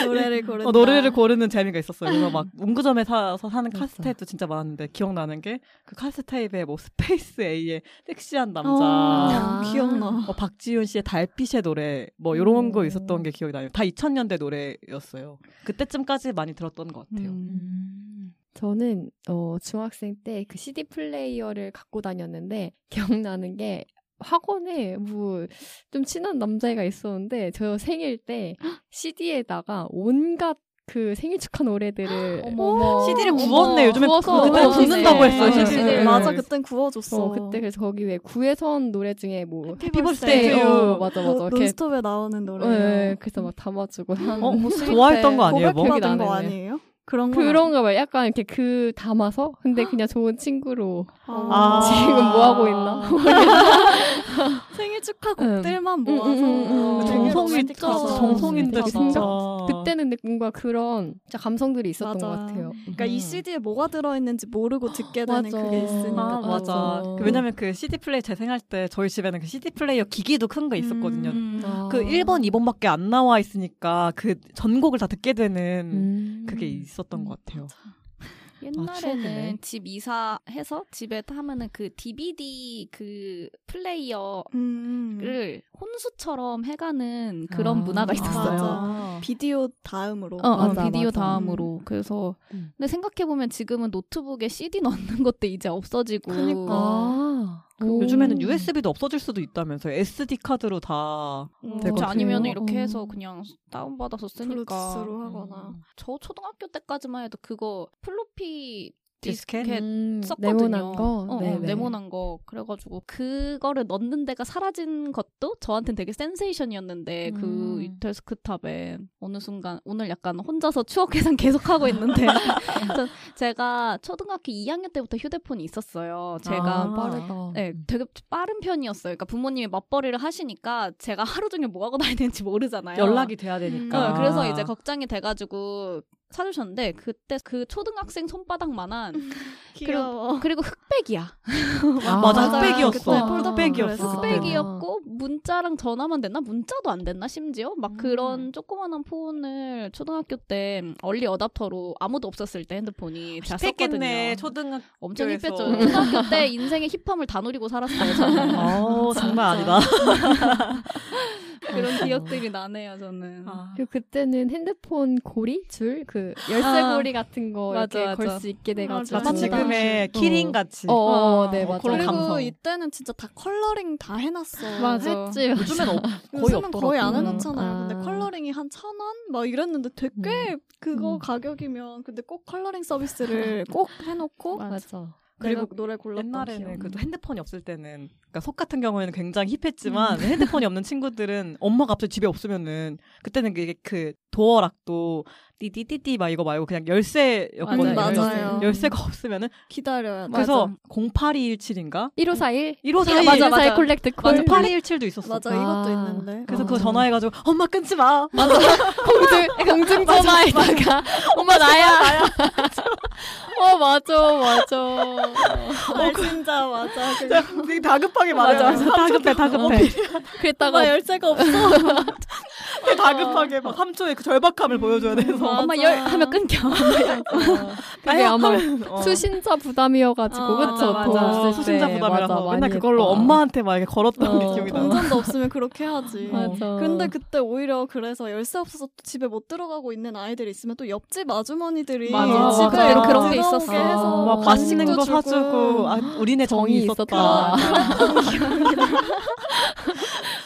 A: 노래를 고른다.
D: 어, 노래를 고르는 재미가 있었어요. 그래서 막
A: 음.
D: 문구점에 사서 사는 카스테이프도 진짜 많았는데 기억나는 게 그 카스테이프에 뭐 스페이스 A의 섹시한 남자,
A: 어, 기억나.
D: 뭐 박지윤 씨의 달빛의 노래 뭐 이런 거
C: 음.
D: 있었던 게 기억이 나요. 다 2000년대 노래였어요. 그때쯤까지 많이 들었던 것 같아요.
A: 음.
B: 음.
C: 저는 어, 중학생 때 그 CD 플레이어를 갖고 다녔는데 기억나는 게 학원에 뭐 좀 친한 남자애가 있었는데 저 생일 때 CD에다가 온갖 그 생일 축하 노래들을
D: CD를
C: 어머.
D: 구웠네. 요즘에
C: 구워서
D: 그때
C: 구워서 이제
D: 굽는다고 했어요. 음.
C: 네.
D: CD를.
C: 네.
A: 맞아 그땐 구워줬어.
C: 어, 그때 그래서 거기 왜 구혜선 노래 중에 뭐
A: 아,
D: birthday to you.
C: 어, 맞아 맞아 이렇게
A: 논스톱에 나오는 노래.
C: 네, 그래서 막 담아주고 하는
D: 어, 뭐 좋아했던 거 아니에요? 뭐?
C: 고백받은
A: 받은 거
C: 나네.
A: 아니에요? 그런 거.
C: 그런가 봐요. 약간 이렇게 그 담아서 근데 그냥 좋은 친구로
A: 아,
C: 지금 뭐 하고 있나?
A: 생일 축하 곡들만
C: 음,
A: 모아서
C: 음, 음, 음.
A: 되게
D: 정성이
A: 로맨틱하죠.
D: 있다. 정성인데
C: 되게
D: 진짜.
C: 그때는 근데 뭔가 그런 진짜 감성들이 있었던
A: 맞아.
C: 것 같아요.
A: 그러니까
D: 음.
A: 이 CD에 뭐가 들어있는지 모르고 듣게
C: 맞아.
A: 되는 그게 있으니까.
D: 아
C: 어.
D: 맞아.
C: 어.
D: 그 왜냐면 그 CD 플레이 재생할 때 저희 집에는 그 CD 플레이어 기기도 큰 거 있었거든요.
C: 음.
B: 음.
C: 아,
D: 그 1번, 2번밖에 안 나와 있으니까 그 전곡을 다 듣게 되는
C: 음.
D: 그게 있었던 것 같아요.
B: 옛날에는
D: 추억이네.
B: 집 이사해서 집에 타면은 그 DVD 그 플레이어를
A: 음.
B: 혼수처럼 해가는 그런
C: 아,
B: 문화가 있었어요.
A: 맞아. 비디오 다음으로.
B: 어, 어,
C: 맞아,
B: 비디오
C: 맞아.
B: 다음으로. 그래서
D: 음.
B: 근데 생각해 보면 지금은 노트북에 CD 넣는 것도 이제 없어지고.
C: 아. 오.
D: 요즘에는 USB도 없어질 수도 있다면서 SD 카드로 다
A: 음.
D: 되거든요.
B: 그렇죠. 아니면
C: 그래요?
B: 이렇게 해서
C: 어.
B: 그냥 다운 받아서
A: 그러니까.
B: 쓰니까.
A: 블루투스로 하거나.
B: 저 초등학교 때까지만 해도 그거 플로피
D: 디스켓?
B: 디스켓
C: 음,
B: 썼거든요.
C: 네모난 거.
B: 어,
C: 네네.
B: 네모난 거. 그래가지고 그거를 넣는 데가 사라진 것도 저한텐 되게 센세이션이었는데 그
D: 음.
B: 이탈 스크탑에 어느 순간 오늘 약간 혼자서 추억 회상 계속 하고 있는데 그래서 제가 초등학교 2학년 때부터 휴대폰이 있었어요. 제가
D: 아.
C: 빠르다.
B: 네, 되게 빠른 편이었어요. 그러니까 부모님이 맞벌이를 하시니까 제가 하루 종일 뭐 하고 다니는지 모르잖아요.
D: 연락이 돼야 되니까.
B: 어, 그래서 이제 걱정이 돼가지고 사주셨는데 그때 그 초등학생 손바닥만한
A: 귀여워.
B: 그리고 흑백이야.
C: 아,
D: 맞아,
A: 맞아요.
D: 흑백이었어.
A: 그때 폴더백이었어.
D: 흑백이었어. 그때는.
B: 흑백이었고 문자랑 전화만 됐나? 문자도 안 됐나 심지어? 막 그런 조그만한 폰을 초등학교 때 얼리 어답터로 아무도 없었을 때 핸드폰이 제가 썼거든요.
D: 아, 힙했겠네 초등학.
B: 엄청 힙했죠.
D: 학교에서.
B: 초등학교 때 인생의 힙함을 다 노리고 살았어요. 저는.
D: 어 장난 아니다.
B: 그런 기억들이 나네요. 저는.
D: 아,
C: 그리고 그때는 핸드폰 고리 줄 그 열쇠
B: 아.
C: 고리 같은 거
B: 맞아,
C: 이렇게 걸
B: 맞아.
C: 수 있게 돼 가지고
A: 맞아.
D: 마치 지금의
C: 어.
D: 키링 같이.
C: 어, 어, 네,
D: 어,
C: 맞아.
D: 그런
A: 그리고
D: 감성.
A: 이때는 진짜 다 컬러링 다 해놨어.
B: 맞아.
A: 했지.
D: 요즘엔 없, 거의 네.
A: 요즘은
D: 없더라고.
A: 거의 안 해놓잖아요.
C: 음. 아.
A: 근데 컬러링이 한 천 원? 막 이랬는데 되게
D: 네.
A: 그거
D: 음.
A: 가격이면 근데 꼭 컬러링 서비스를 꼭 해놓고
C: 맞아.
A: 내가
D: 그리고
A: 노래 골랐던
D: 옛날에는
A: 기억.
D: 그래도 핸드폰이 없을 때는 그러니까 속 같은 경우에는 굉장히 힙했지만 핸드폰이 없는 친구들은 엄마가 갑자기 집에 없으면은 그때는 그게 그 도어락도 띠띠띠띠 막 이거 말고 그냥 열쇠였거든요.
A: 음, 맞아요.
D: 열쇠가 없으면은
A: 기다려야 돼.
D: 그래서 08217인가
C: 1541
D: 1541
C: 맞아, 맞아. 콜렉트 콜.
D: 맞아 8217도 있었어.
A: 맞아
C: 아.
A: 이것도 있는데.
D: 그래서
C: 아.
D: 그거 전화해가지고 엄마 끊지 마.
C: 그 공중 공중 전화에다가 엄마 나야. 어 맞아 맞아.
D: 어,
A: 아, 진짜 맞아. 그-
D: 되게 다급하게 말해요.
B: 맞아, 맞아. 다급해, 다급해.
C: 그랬다가
A: 엄마 열쇠가 없어.
D: 되게 다급하게 막 3초의 그 절박함을 보여줘야 돼서.
B: 엄마 열 하면 끊겨.
C: 그게 아마
D: 어.
C: 수신자 부담이어가지고
A: 어,
C: 그쵸?
A: 맞아,
C: 돈
A: 맞아.
C: 없을 때.
D: 수신자 부담이라서
C: 맞아,
D: 맨날
C: 많이
D: 그걸로
C: 했다.
D: 엄마한테 막 이렇게 걸었던
C: 어.
D: 게 기억이 나.
A: 동전도 없으면 그렇게 해야지.
C: 맞아.
A: 근데 그때 오히려 그래서 열쇠 없어서 또 집에 못 들어가고 있는 아이들이 있으면 또 옆집 아주머니들이
D: 맞아,
A: 집에
D: 맞아.
A: 이렇게
D: 그런
A: 들어오게
D: 게 아,
C: 있었어.
A: 해서
C: 막
D: 막
A: 간식도
D: 맛있는 거
A: 주고.
D: 사주고 아, 우리네 정이
C: 정이
D: 있었다.
C: 있었다.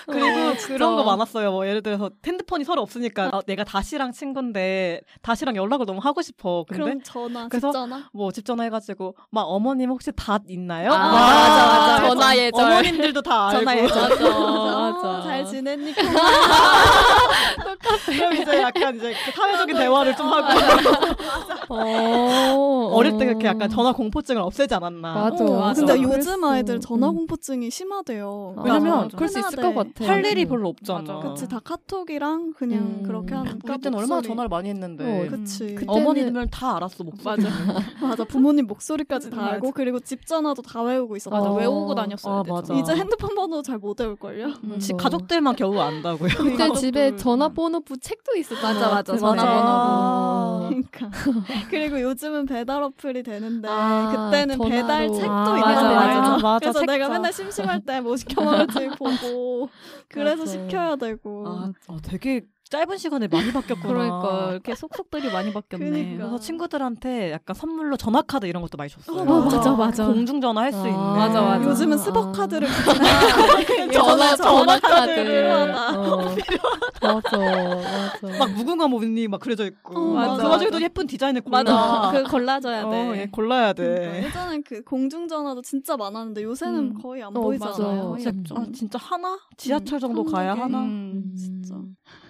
D: 그리고 그런
C: 어,
D: 거
C: 진짜.
D: 많았어요. 뭐 예를 들어서 핸드폰이 서로 없으니까 아, 내가 다시랑 친구인데 다시랑 연락을 너무 하고 싶어. 근데
A: 그럼 전화, 그
D: 그래서-
A: 전화.
D: 뭐 집 전화해가지고 막 어머님 혹시 닷 있나요?
C: 아,
D: 막
C: 맞아, 맞아.
D: 해서
C: 전화 예절.
D: 어머님들도 다 알고
C: 전화 예절. 맞아.
A: 아, 잘 지냈니?
D: 그럼 이제 약간 이제 그
C: 아,
D: 사회적인 대화를 좀 하고
C: 어,
D: 어릴 때 그렇게 약간 전화 공포증을 없애지 않았나.
C: 맞아.
A: 어,
C: 맞아.
A: 근데
C: 그랬어.
A: 요즘 아이들 전화
C: 음.
A: 공포증이 심하대요.
C: 맞아.
D: 왜냐면
C: 음. 그럴 수 있을 것 같아.
D: 할 일이 별로 없잖아. 그러니까
A: 그치 다 카톡이랑 그냥
C: 음.
A: 그렇게 하는
D: 우리 때는 얼마나 전화를 많이 했는데.
C: 어,
A: 그치
C: 그때는-
D: 어머니들은 다 알았어 목소리.
A: 맞아 부모님 목소리까지 다
D: 맞아.
A: 알고 그리고 집 전화도 다 외우고 있었다
C: 맞아,
A: 외우-
B: 외우고 다녔어야
D: 아,
B: 되죠.
D: 맞아.
A: 이제 핸드폰 번호 잘 못 외울걸요
C: 음,
D: 지-
C: 뭐.
D: 가족들만 음. 겨우 안다고요.
C: 그때 집에
A: 가족들.
C: 전화번호부 책도 있었잖아. 그
B: 맞아, 맞아.
D: 전화번호부.
A: 그러니까 그리고 요즘은 배달 어플이
D: 네,
A: 되는데
C: 아,
A: 그때는
C: 전화로.
A: 배달 책도
C: 아,
A: 있는데
C: 맞아, 맞아.
D: 맞아,
A: 그래서
D: 책도.
A: 내가 맨날 심심할 때 뭐 시켜 먹을지 보고 그래서
C: 맞아.
A: 시켜야 되고
D: 아, 아, 되게 짧은 시간에 많이 바뀌었구나.
B: 그러니까 이렇게 속속들이 많이 바뀌었네.
A: 그러니까.
D: 그래서 친구들한테 약간 선물로 전화카드 이런 것도 많이 줬어요.
A: 어, 맞아.
B: 맞아.
D: 공중전화 할 수
C: 아,
D: 있는.
C: 맞아, 맞아.
A: 요즘은
C: 아.
A: 스버카드를
C: 전화 전화 카드.
A: 필요하다.
C: 어. 맞아. 맞아.
D: 막 무궁화 모니 막 그려져 있고.
A: 어,
D: 그
A: 맞아.
D: 와중에도 예쁜 디자인을 골라.
B: 맞아. 그 골라줘야 돼.
D: 어, 예, 골라야 돼.
A: 그러니까 예전엔 그 공중전화도 진짜 많았는데 요새는
B: 음.
A: 거의 안
C: 어,
A: 보이잖아요.
C: 맞아.
A: 예쁘죠.
D: 아, 진짜 하나? 지하철 정도 가야
A: 한국에.
D: 하나?
B: 음, 진짜.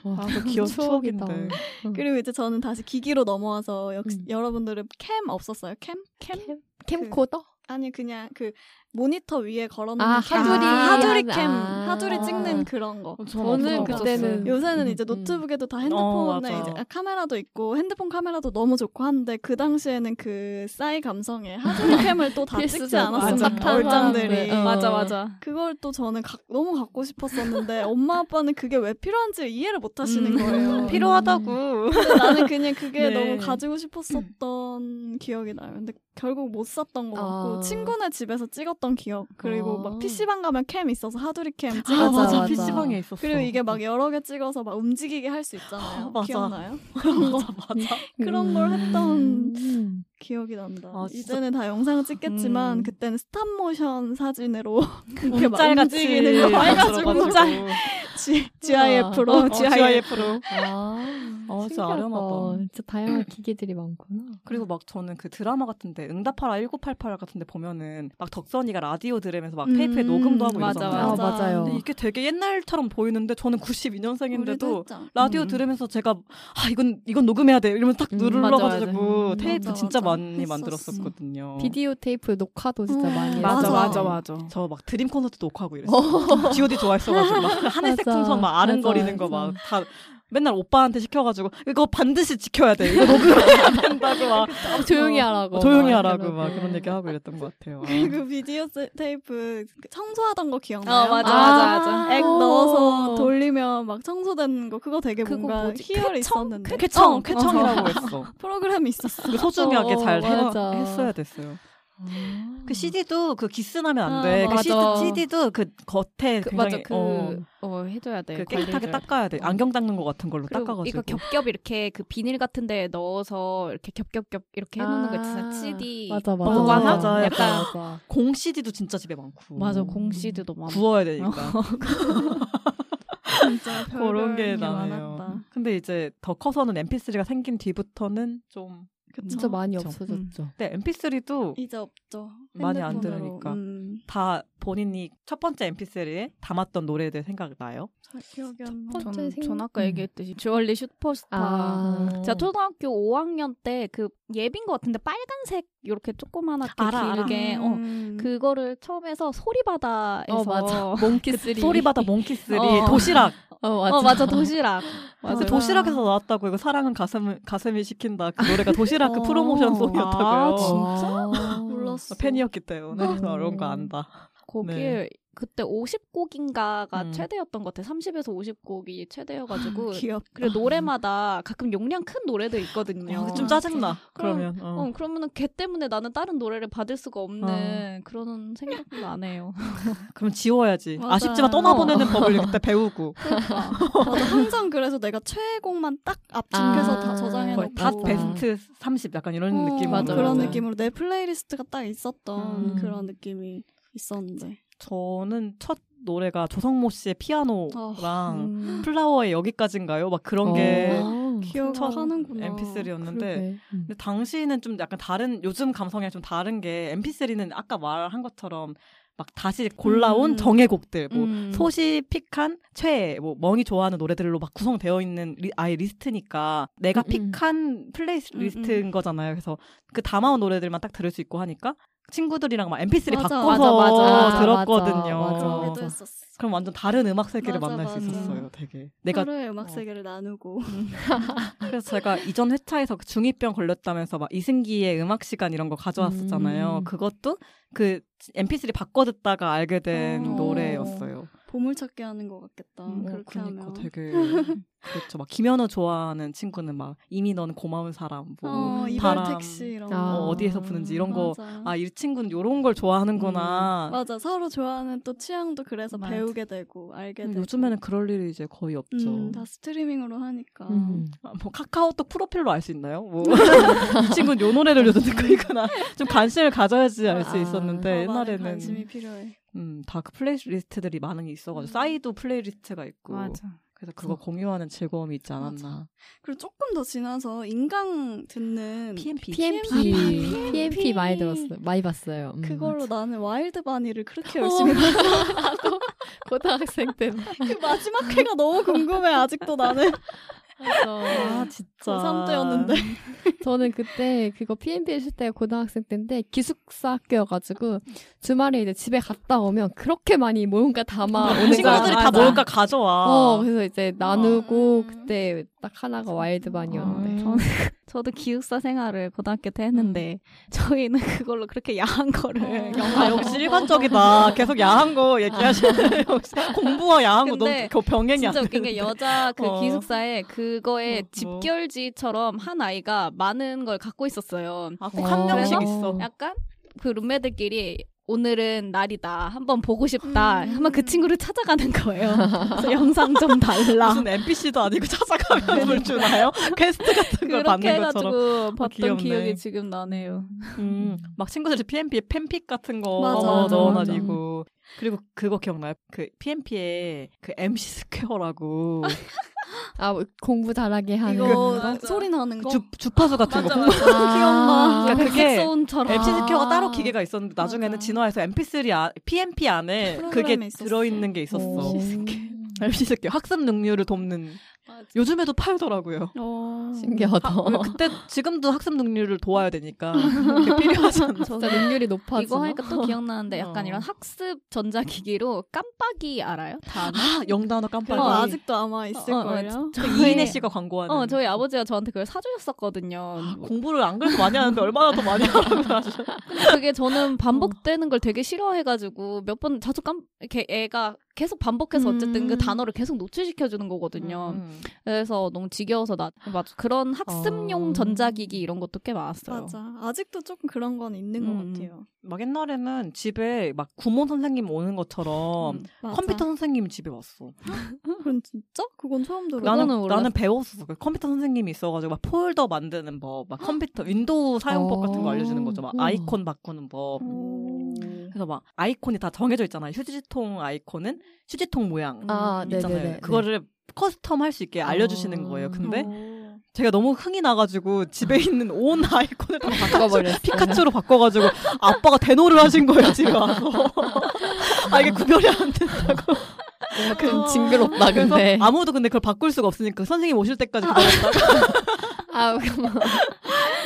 C: 와,
D: 그 귀여운
C: 추억이다.
D: 추억인데.
A: 그리고 이제 저는 다시 기기로 넘어와서 역시
C: 음.
A: 여러분들은 캠 없었어요? 캠? 캠?
C: 캠코더?
A: 아니 그냥 그 모니터 위에 걸어놓는
C: 아,
A: 캠.
C: 하두리
A: 하두리
C: 하는-
A: 캠
C: 아.
A: 하두리 찍는 그런 거.
C: 저는
A: 없었어요.
C: 그때는
A: 요새는 이제
C: 음,
A: 노트북에도 다
D: 어,
A: 핸드폰에
D: 맞아.
A: 이제 아, 카메라도 있고 핸드폰 카메라도 너무 좋고 한데 그 당시에는 그 싸이 감성에 하두리 캠을 또 다 찍지
C: 필수죠.
A: 않았습니까
C: 맞아.
A: 얼짱들이.
C: 어.
B: 맞아, 맞아.
A: 그걸 또 저는 가- 너무 갖고 싶었었는데 엄마 아빠는 그게 왜 필요한지 이해를 못 하시는
D: 음.
A: 거예요.
C: 음.
D: 필요하다고.
A: 근데 나는 그냥 그게
D: 네. 음.
A: 너무 가지고 싶었었던 기억이 나요. 근데 결국 못 샀던 것 같고
C: 아.
A: 친구네 집에서 찍었던 기억 그리고
C: 아.
A: 막 PC방 가면 캠 있어서 하두리 캠 찍었어.
D: 아,
C: 맞아,
D: 맞아.
C: 맞아.
D: PC방에 있었어.
A: 그리고 이게 막 여러 개 찍어서 막 움직이게 할 수 있잖아요.
D: 맞아.
A: 기억나요?
D: 맞아, 맞아.
A: 그런 걸 했던
C: 음.
A: 기억이 난다.
D: 아, 진짜.
A: 이제는 다 영상을 찍겠지만
D: 음.
A: 그때는 스탑모션 사진으로 이렇게 막
D: 짤같이.
A: 움직이는 거 해가지고 짤 GIF로
D: 어,
A: GIF
D: GIF로.
C: 아,
D: 어, 진짜
C: 신기하다.
D: 아련하다.
C: 진짜 다양한 기계들이 많구나.
D: 그리고 막 저는 그 드라마 같은데 응답하라 1988 같은데 보면은 막 덕선이가 라디오 들으면서 막
A: 음,
D: 테이프에 녹음도 하고
B: 맞아,
D: 이러잖아요.
A: 맞아. 맞아요.
D: 근데 이게 되게 옛날처럼 보이는데 저는 92년생인데도 라디오
C: 음.
D: 들으면서 제가 아 이건 이건 녹음해야 돼 이러면 딱
C: 음,
D: 눌러가지고
C: 맞아, 맞아.
D: 테이프
A: 맞아,
D: 진짜
A: 맞아.
D: 많이
A: 했었어.
D: 만들었었거든요.
C: 비디오 테이프 녹화도 진짜
A: 음,
D: 네,
C: 많이
A: 맞아,
C: 했어요.
A: 맞아,
D: 저 막 드림 콘서트 녹화하고 이랬어요. G.O.D 좋아했어가지고 막 하늘색
C: 맞아.
D: 풍선 막 아른거리는
C: 맞아,
D: 거
C: 맞아.
D: 막 다 맨날 오빠한테 시켜가지고 이거 반드시 지켜야 돼. 이거 녹음해야 된다고 막
C: 어, 조용히 하라고.
D: 조용히
C: 막
D: 하라고 뭐 막
C: 이러고.
D: 그런 얘기 하고 이랬던 것 같아요.
A: 그리고 비디오 세- 테이프 그 청소하던 거 기억나요?
B: 어, 맞아,
C: 아.
B: 맞아, 맞아.
A: 액
C: 오.
A: 넣어서 돌리면 막 청소되는 거 그거 되게
B: 그거
A: 뭔가
B: 뭐지?
A: 희열이 있었는데
D: 그 쾌청,
A: 어,
D: 쾌청이라고 했어.
A: 프로그램이 있었어
D: 그 소중하게
C: 어,
D: 잘 해야-
C: 맞아.
D: 했어야 됐어요.
C: 아.
D: 그 CD도 그 기스나면 안
A: 아,
D: 돼. 그
B: 맞아.
D: CD, 도그 겉에
B: 그, 맞아,
D: 굉장히
B: 그,
D: 어,
B: 어, 해줘야 돼.
D: 그 깨끗하게
B: 관리를.
D: 닦아야 돼. 안경 닦는 것 같은 걸로
B: 그리고
D: 닦아가지고.
B: 이거 겹겹 이렇게 그 비닐 같은 데에 넣어서 이렇게 겹겹겹 이렇게 해놓는 거 있잖아.
C: 아,
B: CD.
C: 맞아, 맞아.
D: 보관함? 맞아,
B: 약간.
C: 맞아.
D: 공 CD도 진짜 집에 많고.
B: 맞아, 공 CD도 많아.
D: 구워야 되니까.
A: 진짜
D: 그런
A: 별별
D: 게
A: 게
D: 나네요.
A: 많았다
D: 근데 이제 더 커서는 MP3가 생긴 뒤부터는 좀.
A: 그쵸?
C: 진짜 많이
D: 그쵸.
C: 없어졌죠.
D: 근데 MP3도
A: 이제 없죠
D: 많이 안
A: 핸드폰으로.
D: 들으니까.
A: 음.
B: 음.
D: 다 본인이 첫 번째 MP세리에 담았던 노래들 생각나요?
A: 잘 아, 기억이 안 나.
C: 첫 번째
B: 전,
C: 생-
B: 전 아까
C: 음.
B: 얘기했듯이 주얼리 슈퍼스타.
C: 아.
B: 제가 초등학교 5학년 때 그 예빈 것 같은데 빨간색 이렇게 조그만하게
D: 알아, 알아.
B: 길게 어,
A: 음.
B: 그거를 처음에서 소리바다에서 그
C: 음. 어 맞아. 몽키 쓰리.
D: 소리바다 몽키스리
B: 어.
D: 도시락.
C: 어 맞아.
B: 어 맞아 도시락.
D: 근데
B: 맞아.
D: 그 도시락에서 나왔다고 이거 사랑은 가슴 가슴이 시킨다. 그 노래가 도시락 그
B: 어.
D: 프로모션
B: 아,
D: 송이었다고요.
B: 진짜?
A: 몰랐어. 아,
D: 팬이었기 때문에
C: 음.
D: 그런 거 안다.
B: 거기에 그때 50곡인가가
D: 네. 음.
B: 최대였던 것 같아. 30에서 50곡이 최대여가지고.
A: 귀엽.
B: 그리고 노래마다 가끔 용량 큰 노래도 있거든요.
D: 어, 아, 좀 짜증나.
B: 그럼,
D: 그러면 어.
B: 어, 그러면은 걔 때문에 나는 다른 노래를 받을 수가
D: 어.
B: 없는 그런 생각도 안 해요.
D: 그럼 지워야지.
A: 맞아.
D: 아쉽지만 떠나보내는 법을 그때 배우고
A: 맞아. 그러니까. 항상 그래서 내가 최애곡만 딱 앞중해서
C: 아,
A: 다 저장해놓고.
C: 거의 맞아.
D: 닷뭐 베스트 30 약간 이런
A: 뭐 어,
D: 느낌으로 네.
C: 맞아,
A: 그런
C: 맞아.
A: 느낌으로 내 플레이리스트가 딱 있었던
D: 음.
A: 그런 느낌이 있었는데.
D: 저는 첫 노래가 조성모 씨의 피아노랑
A: 음. 어,
D: 플라워의 여기까지인가요? 막 그런 게
C: 어.
A: 기억하는구나.
D: MP3였는데
C: 음.
D: 근데 당시에는 좀 약간 다른 요즘 감성이랑 좀 다른 게 MP3는 아까 말한 것처럼 막 다시 골라온
A: 음.
D: 정의 곡들 뭐
B: 음.
D: 소시 픽한 최애 뭐 멍이 좋아하는 노래들로 막 구성되어 있는 리- 아예 리스트니까 내가
C: 음, 음.
D: 픽한 플레이리스트인 거잖아요. 그래서 그 담아온 노래들만 딱 들을 수 있고 하니까 친구들이랑 막 MP3
A: 맞아,
D: 바꿔서
C: 맞아, 맞아,
D: 들었거든요.
C: 맞아,
A: 그런
C: 맞아.
A: 게도 했었어.
D: 그럼 완전 다른 음악 세계를
A: 맞아,
D: 만날 수
A: 맞아.
D: 있었어요. 되게 내가
A: 서로의 음악
D: 어.
A: 세계를 나누고.
D: 그래서 제가 이전 회차에서 그 중이병 걸렸다면서 막 이승기의 음악 시간 이런 거 가져왔었잖아요.
C: 음.
D: 그것도 그 MP3 바꿔 듣다가 알게 된
A: 어.
D: 노래였어요.
A: 보물찾기 하는 것 같겠다.
D: 음,
A: 어, 그렇게
D: 그러니까
A: 하면.
D: 되게 그렇죠. 막 김연우 좋아하는 친구는 막 이미 넌 고마운 사람 뭐
A: 어, 이별
D: 바람.
A: 택시 이런
C: 음. 아,
A: 거.
D: 어, 디에서 부는지 이런
A: 맞아. 음,
D: 거 아 이 친구는 요런 걸 좋아하는구나.
A: 맞아 서로 좋아하는 또 취향도 그래서
B: 맞아.
A: 배우게 되고 알게
D: 음,
A: 되고
D: 요즘에는 그렇죠. 그럴 일이 이제 거의 없죠.
A: 음, 다 스트리밍으로 하니까
C: 음.
D: 아, 뭐 카카오톡 프로필로 알 수 있나요? 뭐 이 친구는 요 노래를 요즘 듣고
A: 음.
D: 있구나. 좀 관심을 가져야지 알 수
C: 아,
D: 있었는데
A: 네, 옛날에는 관심이 음.
D: 옛날에는
A: 필요해
D: 음, 다 그 플레이리스트들이 많이 있어가지고 싸이도 플레이리스트가 있고 그래서 그거 공유하는 즐거움이 있지 않았나.
A: 그리고 조금 더 지나서 인강 듣는
D: PMP.
C: PMP.
A: PMP.
C: PMP 많이 들었어요. 많이 봤어요. 음.
A: 그걸로 나는 와일드 바니를 그렇게
D: 어,
A: 열심히 봤
C: 고등학생 때
A: 그 마지막 회가 너무 궁금해 아직도 나는
D: 아 진짜.
A: 고3 때였는데.
C: 저는 그때 그거 PMP 했을 때 고등학생 때인데 기숙사 학교여가지고 주말에 이제 집에 갔다 오면 그렇게 많이 뭔가 담아 오는
D: 친구들이 아. 다 뭘까 가져와.
C: 어 그래서 이제 나누고
A: 음.
C: 그때 딱 하나가
D: 네.
C: 와일드반이었는데
B: 어, 저는 저도 기숙사 생활을 고등학교 때 했는데
D: 음.
B: 저희는 그걸로 그렇게
A: 네,
B: 야한 거를
D: 아 역시 일반적이다. 계속 야한 거
C: 아.
D: 얘기하시는 역시 공부와 야한 거 너무
B: 근데
D: 그 병행이 안
B: 진짜
D: 되
B: 웃긴 게 여자 그
D: 어.
B: 기숙사에 그거에
D: 어, 뭐.
B: 집결지처럼 한 아이가 많은 걸 갖고 있었어요.
D: 아꼭한
C: 어.
D: 명씩
C: 그래서
D: 있어.
B: 약간 그 룸메들끼리 오늘은 날이다. 한번 보고 싶다.
D: 음.
B: 한번 그 친구를 찾아가는 거예요. 그래서 영상 좀 달라.
D: 무슨 NPC도 아니고 찾아가면
C: 네.
D: 물 주나요? 퀘스트 같은
B: 그렇게
D: 걸 받는 것처럼. 아,
B: 해가지고 봤던
D: 귀엽네.
B: 기억이 지금 나네요.
D: 음, 막 친구들이 PMP에 팬픽 같은 거
A: 맞아,
D: 어,
A: 맞아,
D: 넣어가지고 그리고 그거 기억나요? 그 PMP에 그 MC 스퀘어라고
C: 아 공부 잘하게 하는
A: 이거
B: 맞아.
A: 소리 나는 거
D: 주, 주파수 같은 거 공부
C: 아,
D: 그러니까 그게
B: 소음처럼.
D: MC 스퀘어가 따로 기계가 있었는데 나중에는
A: 아. 맞아.
D: 진화해서 MP3 아, PMP 안에 그게
A: 프로그램에 있었어.
D: 들어있는 게 있었어. MC 스퀘어 학습 능률을 돕는 요즘에도 팔더라고요. 음.
A: 어.
C: 신기하다
D: 아, 그때 지금도 학습 능률을 도와야 되니까 그게 필요하잖아.
C: 진짜 능률이 높아지나
B: 이거 하니까 또 기억나는데 약간
D: 어.
B: 이런 학습 전자기기로 깜빡이 알아요? 단어?
D: 아, 영단어
A: 어,
D: 깜빡이.
A: 아직도 아마 있을
B: 어, 어,
A: 거예요
D: 그 이인혜 씨가 광고하는.
B: 어, 저희 아버지가 아, 저한테 그걸 사주셨었거든요. 뭐
D: 공부를 안 그래도 많이 하는데 얼마나 더 많이 하라고 하죠.
B: 그게 저는 반복되는 걸 되게 싫어해가지고 몇 번 자주 깜 이렇게 애가 계속 반복해서 어쨌든 그
A: 음.
B: 단어를 계속 노출시켜주는 거거든요.
D: 음.
B: 그래서 너무 지겨워서 나 맞아 그런 학습용
C: 어.
B: 전자기기 이런 것도 꽤 많았어요.
A: 맞아 아직도 조금 그런 건 있는
D: 음.
A: 것 같아요
D: 막 옛날에는 집에 막 구몬 선생님 오는 것처럼
B: 음.
A: 맞아.
D: 컴퓨터 선생님이 집에 왔어.
A: 그건 진짜? 그건 처음 들어
D: 나는
B: 그거는 몰랐어.
D: 나는 배웠었어. 그 컴퓨터 선생님이 있어가지고 막 폴더 만드는 법, 막 컴퓨터 윈도우 사용법
C: 어.
D: 같은 거 알려주는 거죠. 막
C: 우와.
D: 아이콘 바꾸는 법. 그래서 막 아이콘이 다 정해져 있잖아요. 휴지통 아이콘은 휴지통 모양
C: 아
D: 있잖아요.
C: 네네네 아. 어.
D: 그거를 커스텀 할 수 있게 알려주시는 거예요. 근데 제가 너무 흥이 나가지고 집에 있는 온
C: 네.
D: 아이콘을 다
C: 바꿔버렸어요.
D: 피카츄로 바꿔가지고 아빠가 대노를 하신 거예요 집에 와서. 아 이게 구별이 안 된다고.
C: 좀 징그럽다 근데.
D: 그래서 아무도 근데 그걸 바꿀 수가 없으니까 선생님 오실 때까지 기다렸다가
C: 아, 그럼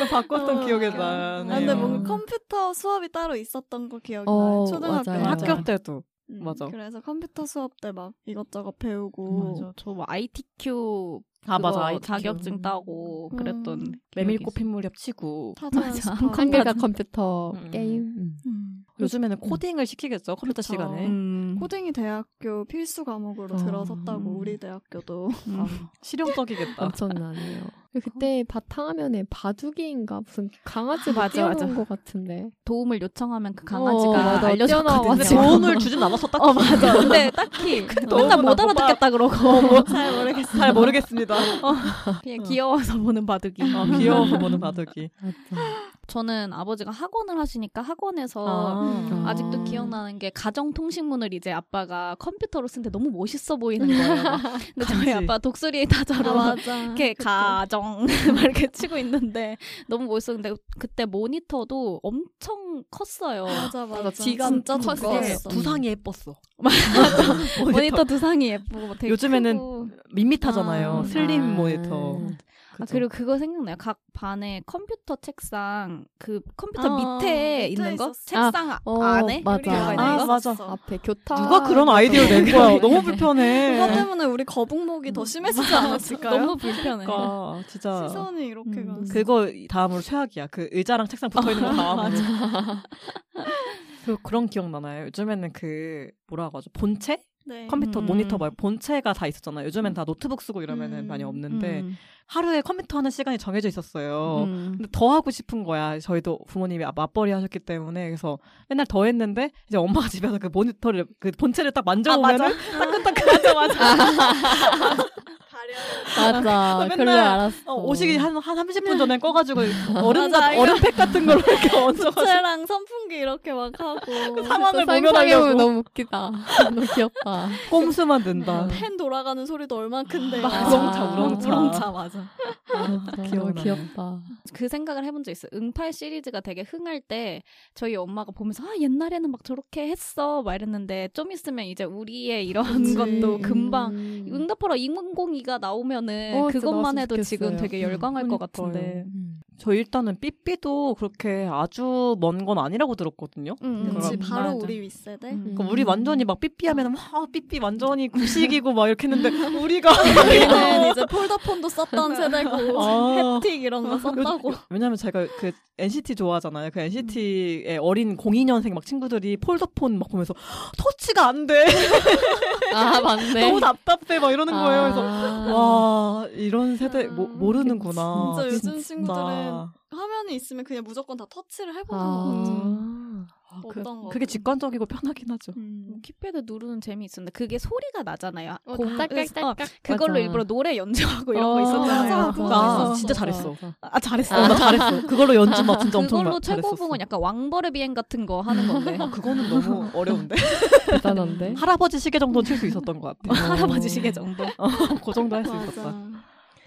D: 바꿨던
A: 어,
D: 기억이
A: 웃겨.
D: 나네요.
A: 아, 근데
D: 음.
A: 뭔가 컴퓨터 수업이 따로 있었던 거 기억이
C: 어,
A: 나요. 초등학교
C: 맞아요.
A: 때.
D: 학교 때도
A: 음,
D: 맞아.
A: 그래서 컴퓨터 수업 때 막 이것저것 배우고
B: 음. 맞아. 저뭐 ITQ
D: 아
B: 그거
D: 맞아 ITQ.
B: 자격증 따고 그랬던
A: 음.
D: 메밀꽃 핏물엽 치고
A: 타자
B: 맞아.
A: 연습하고.
C: 한글과 컴퓨터
D: 음.
C: 게임. 음. 그렇죠.
A: 음.
D: 요즘에는 코딩을 시키겠죠 컴퓨터
A: 그쵸.
D: 시간에
B: 음.
A: 코딩이 대학교 필수 과목으로
C: 어.
A: 들어섰다고 우리 대학교도
D: 실용적이겠다.
C: 엄청나네요.
D: 아.
C: 그때 바탕화면에 바둑이인가 무슨 강아지가
B: 맞아, 맞아.
C: 뛰어난 것 같은데.
B: 도움을 요청하면 그
C: 어,
B: 강아지가
C: 맞아.
B: 알려줬거든요.
D: 근데
C: 뛰어나와서.
D: 도움을 주진 않았어 딱.
B: 어 맞아. 그 근데 딱히 맨날 못 알아듣겠다 어, 뭐. 그러고
A: 잘 모르겠어요.
D: 어, 뭐, 잘 모르겠습니다.
B: 그냥 귀여워서 보는 바둑이.
D: 어, 귀여워서 보는 바둑이.
B: 저는 아버지가 학원을 하시니까 학원에서
D: 아.
C: 아.
B: 아직도 기억나는 게 가정 통신문을 이제 아빠가 컴퓨터로 쓰는데 너무 멋있어 보이는 거예요. 막. 근데 저희
D: 간지.
B: 아빠 독수리 타자로
A: 아, 맞아.
B: 이렇게 가정 막 이렇게 치고 있는데 너무 멋있었는데 그때 모니터도 엄청 컸어요.
A: 맞아 맞아.
B: 지가
A: 진짜
B: 컸어.
A: 두꺼웠어.
D: 부상이 예뻤어.
B: 모니터 두상이 예쁘고 되게
D: 요즘에는
B: 크고.
D: 밋밋하잖아요.
B: 아.
D: 슬림 모니터.
B: 아 그리고 그거 생각나요? 각 반에 컴퓨터 책상 그 컴퓨터
A: 어, 밑에
B: 밑에 있는 거
A: 있었어.
B: 책상 아,
C: 어,
B: 안에
C: 맞아.
B: 들어가 있는
D: 아,
B: 거?
D: 맞아.
C: 앞에 교탁.
D: 누가 그런 아이디어 낸 거야? 너무
A: 그거
D: 불편해.
A: 때문에 우리 거북목이 더 심해지지 않았을까요?
B: 너무 불편해.
D: 그러니까 진짜
A: 음. 시선이 이렇게
B: 음.
A: 가.
D: 그거 다음으로 최악이야. 그 의자랑 책상 붙어
B: 아,
D: 있는 거 다음으로. 그 그런 기억 나나요? 요즘에는 그 뭐라고 하죠? 본체?
A: 네.
D: 컴퓨터
B: 음.
D: 모니터 말고 본체가 다 있었잖아요. 요즘엔 다 노트북 쓰고 이러면은
A: 음.
D: 많이
B: 음.
D: 없는데 하루에 컴퓨터 하는 시간이 정해져 네. 있었어요.
B: 음.
D: 근데 더 하고 싶은 거야. 저희도 부모님이 아- 맞벌이 하셨기 때문에 그래서 맨날 더 했는데 이제 엄마가 집에서 그 모니터를 그 본체를 딱 만져보면 은 따끈따끈 맞아 맞아.
C: 맞아.
D: 그러니까 맨날
C: 그걸 알았어.
D: 어, 오시기 한, 한 30분 전에 꺼가지고 얼음 같 얼음팩 같은 걸로 이렇게 얹어가지고
A: 부채랑 선풍기 이렇게 막 하고
C: 상상해보면
D: 상황을 모면하려고 아,
C: 너무 웃기다. 너무 귀엽다.
D: 꼼수만 든다.
A: 펜 돌아가는 소리도 얼만큰데
C: 맞아.
D: 우렁차 우렁차.
B: 우렁차, 맞아.
C: 너무
D: 기억나네.
C: 귀엽다.
B: 그 생각을 해본 적 있어요. 응팔 시리즈가 되게 흥할 때 저희 엄마가 보면서 아 옛날에는 막 저렇게 했어 막 이랬는데 좀 있으면 이제 우리의
D: 음,
B: 이런
C: 음.
B: 것도 금방 응답하라 2002가 나오면은
C: 어, 진짜
B: 그것만
C: 나왔으면
B: 해도 지금
C: 좋겠어요.
B: 되게 열광할 것
D: 음. 그러니까요. 음.
B: 같은데.
D: 저 일단은 삐삐도 그렇게 아주 먼 건 아니라고 들었거든요.
B: 음,
D: 그치,
A: 그렇지
D: 그럼.
A: 바로
D: 맞아.
A: 우리 윗세대
D: 그러니까 우리
C: 음.
D: 완전히 막 삐삐하면 막 아, 삐삐 완전히 구식이고 막 이렇게 했는데 우리가
B: 네,
A: 우리는 이제 폴더폰도 썼던 세대고
D: 아.
A: 햅틱 이런 거 썼다고
D: 요- 왜냐면 제가 그 NCT 좋아하잖아요. 그 NCT의 어린 02년생 막 친구들이 폴더폰 막 보면서 터치가 안 돼.
C: 아, 맞네.
D: 너무 답답해. 막 이러는 거예요. 그래서
C: 아.
D: 와, 이런 세대 모, 모르는구나.
A: 진짜 요즘 친구들은
D: 진짜. 아,
A: 화면이 있으면 그냥 무조건 다 터치를 해보는 거지
C: 아.
D: 아, 그,
A: 어떤 거
D: 그게 직관적이고 편하긴 하죠.
A: 음.
B: 키패드 누르는 재미 있었는데 그게 소리가 나잖아요.
C: 어,
B: 공-
C: 딸깍딸깍.
B: 어, 그걸로
C: 맞아.
B: 일부러 노래 연주하고 이런 거
C: 어,
B: 있었잖아요.
A: 맞아,
D: 나
A: 그거 맞아.
D: 진짜 잘했어.
C: 맞아.
D: 아, 잘했어. 나 잘했어. 그걸로 연주 막 진짜 엄청
B: 그걸로
D: 막 잘했었어.
B: 최고봉은 약간 왕벌의 비행 같은 거 하는 건데.
D: 아, 그거는 너무 어려운데.
C: 대단한데.
D: 할아버지 시계 정도는 칠 수 있었던 것 같아.
B: 할아버지 시계 정도.
D: 어, 그 정도 할 수 있었다.
A: 맞아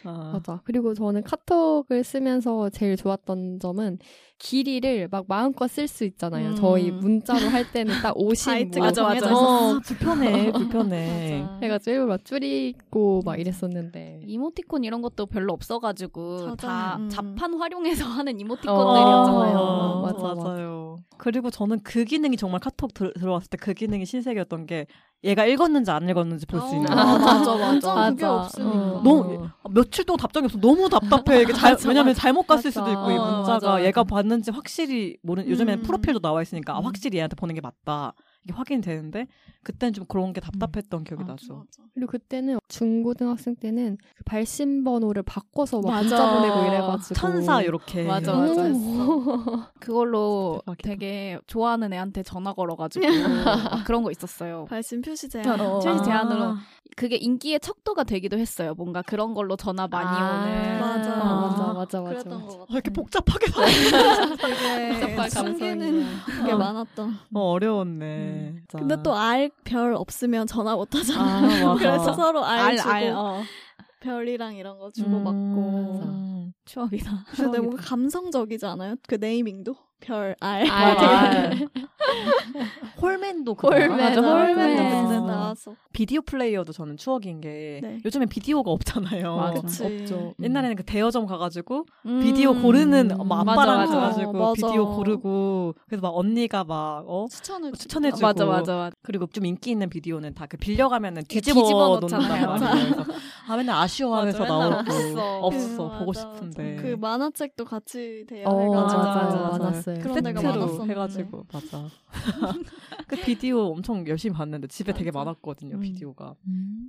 D: 아,
C: 맞아. 그리고 저는 카톡을 쓰면서 제일 좋았던 점은 길이를 막 마음껏 쓸 수 있잖아요.
D: 음.
C: 저희 문자로 할 때는 딱 50.
A: 바이트가 맞아,
C: 뭐.
A: 맞아.
D: 어, 불편해, 불편해.
A: 맞아.
C: 해가지고 일부러 막 줄이고 막 이랬었는데.
B: 이모티콘 이런 것도 별로 없어가지고
A: 맞아요.
B: 다
A: 음.
B: 자판 활용해서 하는 이모티콘들이었잖아요.
C: 어,
D: 맞아,
C: 맞아, 맞아.
D: 맞아요. 그리고 저는 그 기능이 정말 카톡 들, 들어왔을 때 그 기능이 신세계였던 게 얘가 읽었는지 안 읽었는지 볼 수
A: 어,
D: 있는 거.
A: 맞아 맞아
C: 맞아.
A: 완전 그게 없으니까
C: 어.
D: 너무 아, 며칠 동안 답장이 없어 너무 답답해. 이게 잘, 왜냐면 잘못 갔을
C: 맞아.
D: 수도 있고 이
B: 어,
D: 문자가
B: 맞아.
D: 얘가 봤는지 확실히 모르. 요즘에는
A: 음.
D: 프로필도 나와 있으니까 아, 확실히 얘한테 보낸 게 맞다. 이게 확인이 되는데 그때는 좀 그런 게 답답했던 기억이
C: 아,
D: 나죠.
C: 그리고 그때는 중고등학생 때는 그 발신 번호를 바꿔서 막
B: 맞아.
C: 문자 보내고 이래가지고
D: 천사 이렇게 어,
B: 맞아,
C: 오.
B: 맞아. 그걸로
D: 네. 대박이다.
B: 되게 좋아하는 애한테 전화 걸어가지고 막 그런 거 있었어요.
A: 발신 표시 제한
B: 어, 최신
C: 아.
B: 제한으로 그게 인기의 척도가 되기도 했어요. 뭔가 그런 걸로 전화 많이 오는. 어,
A: 맞아.
C: 맞아 맞아 맞아
A: 그랬던 거
D: 아, 이렇게
A: 같아 네,
D: 복잡하게 다
A: 되게 숨기는 게 많았던
D: 어, 어려웠네. 진짜.
A: 근데 또 알 별 없으면 전화 못 하잖아.
D: 아, 맞아.
A: 그래서 서로 알,
B: 알,
A: 주고
B: 알, 어.
A: 별이랑 이런 거
D: 음.
A: 주고받고.
B: 추억이다.
A: 근데 뭔가 감성적이지 않아요? 그 네이밍도? 별, 알.
B: 아,
C: 알.
A: 되게
D: 홀맨도
C: 홀맨.
A: 맞아, 홀맨도
C: 홀맨.
A: 그때 나왔어.
D: 비디오 플레이어도 저는 추억인 게
A: 네.
D: 요즘엔 비디오가 없잖아요.
C: 맞아.
A: 그치.
C: 없죠.
D: 옛날에는 그 대여점 가가지고
B: 음.
D: 비디오 고르는 막
B: 맞아,
D: 아빠랑
B: 맞아.
D: 가가지고
A: 맞아.
D: 비디오 고르고 그래서 막 언니가 막 어?
A: 추천을
D: 추천해 주고
B: 맞아, 맞아, 맞아.
D: 그리고 좀 인기 있는 비디오는 다 그 빌려가면은 뒤집어,
B: 뒤집어
D: 놓는단
B: 놓잖아요.
D: 말이에요. 그래서 아 맨날 아쉬워하면서
B: 맞아, 맨날
D: 나오고
B: 없어.
D: 없어
A: 그
D: 보고
A: 맞아,
D: 싶은데
A: 그 만화책도 같이 돼야
C: 어,
A: 해가지고.
C: 맞아요,
D: 맞아요.
A: 음.
C: 맞았어요.
A: 그런 데가
D: 세트로
A: 많았었는데.
D: 해가지고 맞아 그 비디오 엄청 열심히 봤는데 집에 되게 많았거든요
B: 음.
D: 비디오가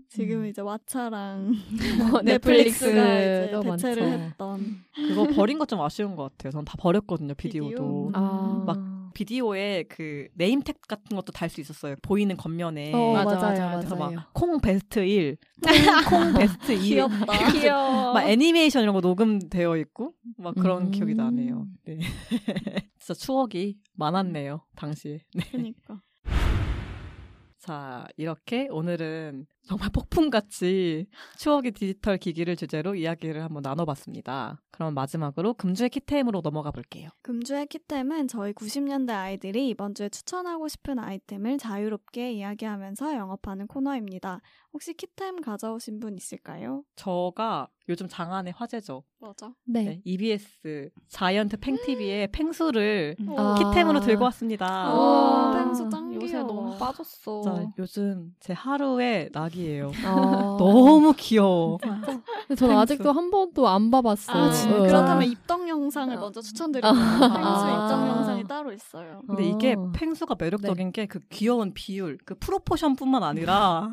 A: 지금 이제 왓챠랑
C: 뭐
A: 어, 넷플릭스가 어. 이제
C: 넷플릭스도
A: 대체를
C: 많죠.
A: 했던.
D: 그거 버린 것 좀 아쉬운 것 같아요 전 다 버렸거든요 비디오도
A: 비디오?
C: 아,
D: 막 비디오에 그 네임택 같은 것도 달 수 있어요 보이는 겉면에
C: 어,
B: 맞아,
C: 맞아요, 맞아요.
B: 맞아.
D: 그래서 막 콩 베스트 1, 콩 베스트 2,
A: 귀엽다.
B: 귀여워.
D: 아, 막 애니메이션 이런 거 녹음되어 있고 막 그런
C: 음.
D: 기억이 나네요. 네. 진짜 추억이 많았네요 당시에. 네.
A: 그니까.
D: 자 이렇게 오늘은 정말 폭풍같이 추억의 디지털 기기를 주제로 이야기를 한번 나눠봤습니다. 그럼 마지막으로 금주의 키템으로 넘어가 볼게요.
A: 금주의 키템은 저희 90년대 아이들이 이번 주에 추천하고 싶은 아이템을 자유롭게 이야기하면서 영업하는 코너입니다. 혹시 키템 가져오신 분 있을까요?
D: 저가 요즘 장안의 화제죠.
A: 맞아.
C: 네.
D: 네, EBS 자이언트 팽TV의 팽수를
C: 아.
D: 키템으로 들고 왔습니다.
A: 어. 와,
B: 땡수
A: 땡수
B: 짱
A: 짱
B: 요새
A: 귀여워.
B: 너무 빠졌어.
D: 진짜 요즘 제 하루의 낙이에요.
A: 어.
C: 아.
D: 너무 귀여워.
C: 근데 저는 아직도 한 번도 안 봐봤어요.
A: 아,
D: 진짜?
C: 네.
A: 그렇다면 입덕 영상을 먼저 추천드립니다. 펭수
C: 아.
A: 입덕 영상이 따로 있어요.
D: 근데 이게
C: 어.
D: 펭수가 매력적인 게 그 귀여운 비율, 그 프로포션뿐만 아니라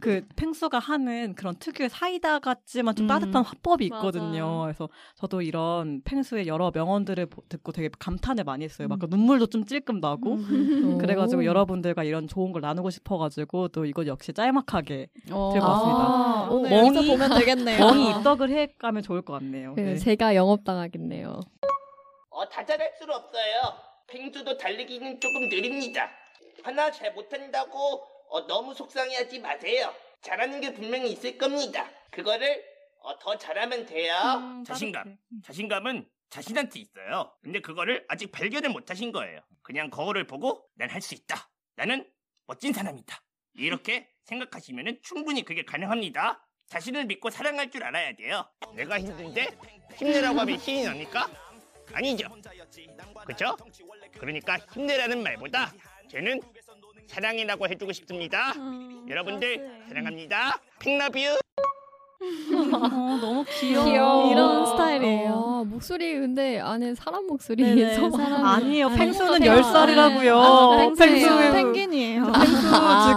D: 그 펭수가 하는 그런 특유의 사이다 같지만 좀
B: 음.
D: 따뜻한 화법이
A: 맞아.
D: 있거든요. 그래서 저도 이런 펭수의 여러 명언들을 보- 듣고 되게 감탄을 많이 했어요. 막 그 눈물도 좀 찔끔 나고.
C: 오.
D: 그래가지고 여러분들과 이런 좋은 걸 나누고 싶어가지고 또 이거 역시 짤막하게
B: 어.
D: 들고 왔습니다.
C: 아,
A: 오늘
D: 멍이-
A: 여기서 보면 되겠네요.
D: 멍이
B: 아.
D: 입덕을 해가면 좋을 것 같네요.
C: 그
D: 네.
C: 제가 영업당하겠네요.
J: 어, 다 잘할 수는 없어요. 펭수도 달리기는 조금 느립니다. 하나 잘 못한다고 어, 너무 속상해하지 마세요. 잘하는 게 분명히 있을 겁니다. 그거를 어, 더 잘하면 돼요.
I: 자신감. 자신감은 자신한테 있어요. 근데 그거를 아직 발견을 못하신 거예요. 그냥 거울을 보고 난 할 수 있다. 나는 멋진 사람이다. 이렇게 생각하시면 충분히 그게 가능합니다. 자신을 믿고 사랑할 줄 알아야 돼요. 내가 힘든데 힘내라고 하면 힘이 납니까? 아니죠. 그쵸? 그러니까 힘내라는 말보다 저는 사랑이라고 해주고 싶습니다.
A: 음,
I: 여러분들
A: 자세.
I: 사랑합니다. 핑나뷰.
D: 어, 너무 귀여워.
B: 귀여워.
A: 이런 스타일이에요.
C: 아, 목소리 근데 안에 사람
A: 네네,
C: 목소리에서
A: 사람-
D: 아니에요.
A: 아니,
D: 펭수는
A: 펭수.
D: 10살이라고요.
B: 아, 펭수예요.
D: 펭수.
A: 그렇죠. 펭귄이에요. 아.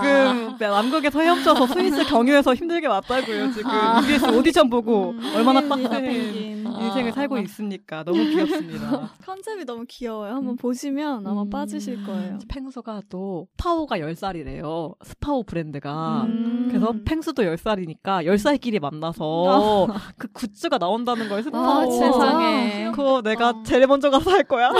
D: 펭수 지금 네, 남극에서 헤엄쳐서 스위스 경유에서 힘들게 왔다고요. 지금 EBS 오디션 보고
A: 아. 음,
D: 얼마나 네.
A: 펭귄이다, 아.
D: 아. 빡센
A: 펭귄.
D: 인생을 살고 있습니까. 너무 귀엽습니다.
A: 컨셉이 너무 귀여워요. 한번 보시면 아마
C: 음.
A: 빠지실 거예요.
D: 펭수가 또 스파오가 10살이래요. 스파오 브랜드가.
A: 음.
D: 아. 그래서 펭수도 10살이니까 10살끼리 만나서 그 굿즈가 나온다는 걸 스파오.
A: 아. 세상에. 아.
D: 그거 내가 제일 먼저 가서 할 거야.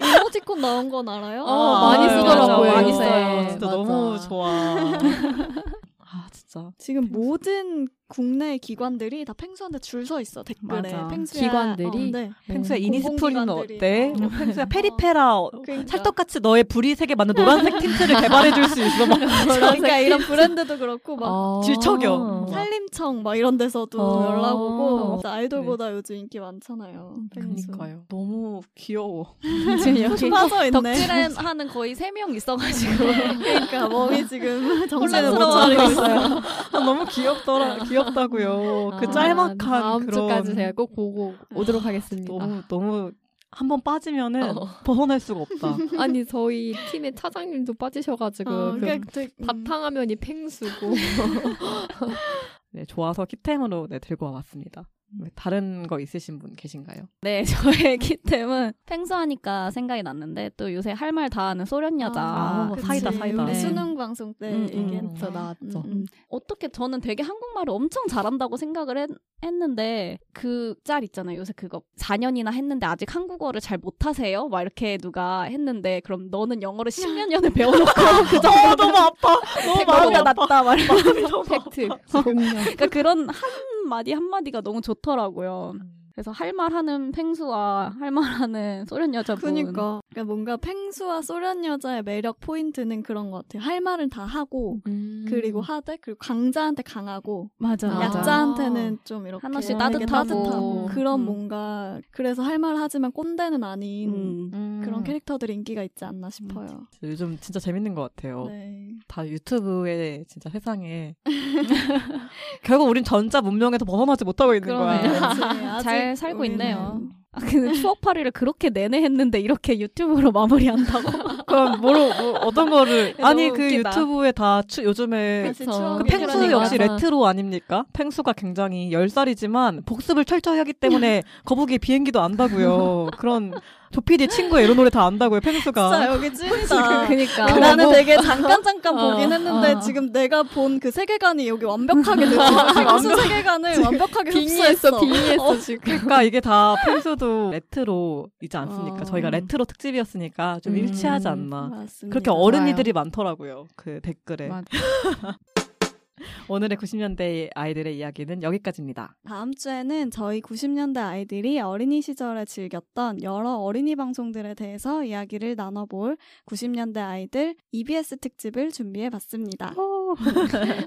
A: 이모티콘 나온 건 알아요?
C: 어, 많이
D: 맞아요.
C: 쓰더라고요,
D: 맞아,
A: 네,
D: 많이
C: 요새.
D: 써요. 진짜
C: 맞아.
D: 너무 좋아. 아 진짜.
A: 지금 모든 국내 기관들이 다 펭수한테 줄 서 있어 댓글에
B: 맞아.
A: 펭수야
C: 기관들이?
A: 어, 네.
D: 펭수의 이니스프린
A: 공공기관들이.
D: 어때?
A: 어.
D: 펭수야 페리페라 어,
A: 그러니까.
D: 찰떡같이 너의 불이 색에 맞는 노란색 틴트를 개발해 줄 수 있어. 막
A: 그러니까 이런 브랜드도 그렇고 막
C: 아.
D: 질척여.
A: 살림청 막 이런 데서도
C: 어.
A: 연락 오고 진짜 아이돌보다 요즘 인기 많잖아요. 펭수.
D: 너무 귀여워.
B: 지금 여기
A: 빠져 있네.
B: 덕질은 하는 거의 세 명 있어가지고
A: 그러니까 멍이 지금 정신을 못
D: 혼란스러워.
A: 차리고 있어요.
D: 아, 너무 귀엽더라.
A: 어,
D: 귀엽다고요. 그 짤막한
C: 아, 다음
D: 그런
C: 주까지 제가 꼭 보고 오도록 하겠습니다.
D: 너무 너무 한 번 빠지면은 벗어날 수가 없다.
C: 아니 저희 팀의 차장님도 빠지셔가지고
A: 어,
C: 그
A: 그러니까 되게- 음.
C: 바탕화면이 팽수고
D: 네, 좋아서 키템으로 네, 들고 와봤습니다. 다른 거 있으신 분 계신가요?
B: 네, 저의 키템은 팽수하니까 생각이 났는데 또 요새 할 말 다 하는 소련 여자.
D: 아, 아, 사이다,
A: 그치.
D: 사이다.
A: 우리
B: 네.
A: 수능 방송 때
B: 음, 음.
A: 얘기했죠.
C: 나왔죠.
A: 음, 음.
B: 어떻게 저는 되게 한국말을 엄청 잘한다고 생각을 했, 는데 그 짤 있잖아요. 요새 그거 4년이나 했는데 아직 한국어를 잘 못하세요? 막 이렇게 누가 했는데 그럼 너는 영어를 10몇 년을 배워놓고 그 정도
D: 어, 너무 아파.
B: 백보다 낫다 막 이러면서
C: 팩트.
B: 그러니까 그런 한 마디 한 마디가 너무 좋더라고요. 그래서 할 말하는 펭수와 할 말하는 소련 여자분.
A: 그니까. 그러니까 뭔가 팽수와 소련 여자의 매력 포인트는 그런 것 같아요. 할 말을 다 하고, 그리고 하되, 그리고 강자한테 강하고,
B: 음. 맞아.
C: 아.
B: 맞아.
A: 약자한테는 좀 이렇게
B: 하나씩
A: 되게
B: 따뜻하고.
A: 그런
B: 음.
A: 뭔가 그래서 할 말 하지만 꼰대는 아닌
B: 음.
A: 그런 캐릭터들이 인기가 있지 않나 싶어요.
D: 요즘 진짜 재밌는 것 같아요.
A: 네.
D: 다 유튜브에 진짜 세상에 결국 우린 전자 문명에서 벗어나지 못하고 있는
B: 그러네요.
D: 거야.
A: 그치. 아직
B: 잘 살고
A: 우리는
B: 있네요. 아, 그 추억팔이를 그렇게 내내 했는데 이렇게 유튜브로 마무리한다고?
D: 그럼 뭐로 뭐 어떤 거를
B: 너무
D: 아니 그
B: 웃기다.
D: 유튜브에 다 추, 요즘에
A: 다시
C: 그쵸.
A: 추억이
D: 그 펭수
A: 그러니까.
D: 역시
C: 맞아.
D: 레트로 아닙니까? 펭수가 굉장히 10살이지만 복습을 철저히 하기 때문에 거북이 비행기도 안다고요. 그런 조피디 친구의 이런 노래 다 안다고요,
A: 진짜
D: 펭수가.
A: 여기 찐이다.
B: 어. 그니까.
A: 그 나는 되게 잠깐 잠깐
B: 어,
A: 보긴 했는데
B: 어.
A: 지금 내가 본 그 세계관이 여기 완벽하게 됐어. 펭수 세계관을 완벽하게 흡수했어.
C: 빙의했어, 빙의했어 지금.
D: 그러니까 이게 다 펭수도 레트로이지 않습니까?
C: 어.
D: 저희가 레트로 특집이었으니까 좀
C: 음.
D: 일치하지 않나.
A: 맞습니다.
D: 그렇게 어른이들이 많더라고요. 그 댓글에.
C: 맞아. 오늘의
D: 오늘의 90년대 아이들의 이야기는 여기까지입니다.
A: 다음 주에는 저희 90년대 아이들이 어린이 시절에 즐겼던 여러 어린이 방송들에 대해서 이야기를 나눠볼 90년대 아이들 EBS 특집을 준비해 봤습니다.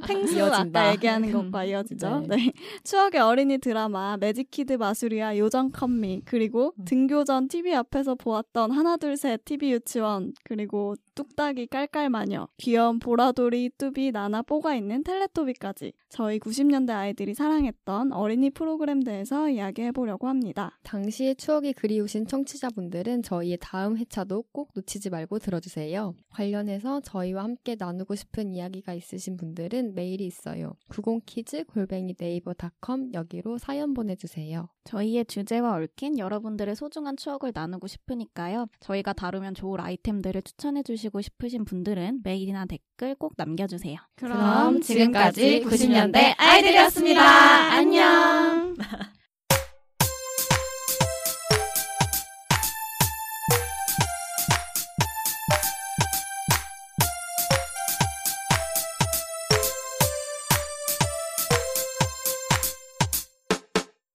A: 펭수
C: 이어진다.
A: 아까 얘기하는 것과 이어지죠. 네. 추억의 어린이 드라마 매직키드 마술이야 요정 컴미 그리고 등교전 TV 앞에서 보았던 하나 둘셋 TV 유치원 그리고 뚝딱이 깔깔마녀 귀여운 보라돌이 뚜비 나나 뽀가 있는 텔레토비까지 저희 90년대 아이들이 사랑했던 어린이 프로그램 대해서 이야기해 보려고 합니다.
C: 당시의 추억이 그리우신 청취자분들은 저희의 다음 회차도 꼭 놓치지 말고 들어주세요. 관련해서 저희와 함께 나누고 싶은 이야기가 있으신 분들은 메일이 있어요. 90키즈 골뱅이 네이버닷컴 여기로 사연 보내주세요.
B: 저희의 주제와 얽힌 여러분들의 소중한 추억을 나누고 싶으니까요. 저희가 다루면 좋을 아이템들을 추천해 주시고 싶으신 분들은 메일이나 댓글 꼭 남겨주세요.
C: 그럼 지금까지 90년대
G: 아이들이었습니다. 안녕.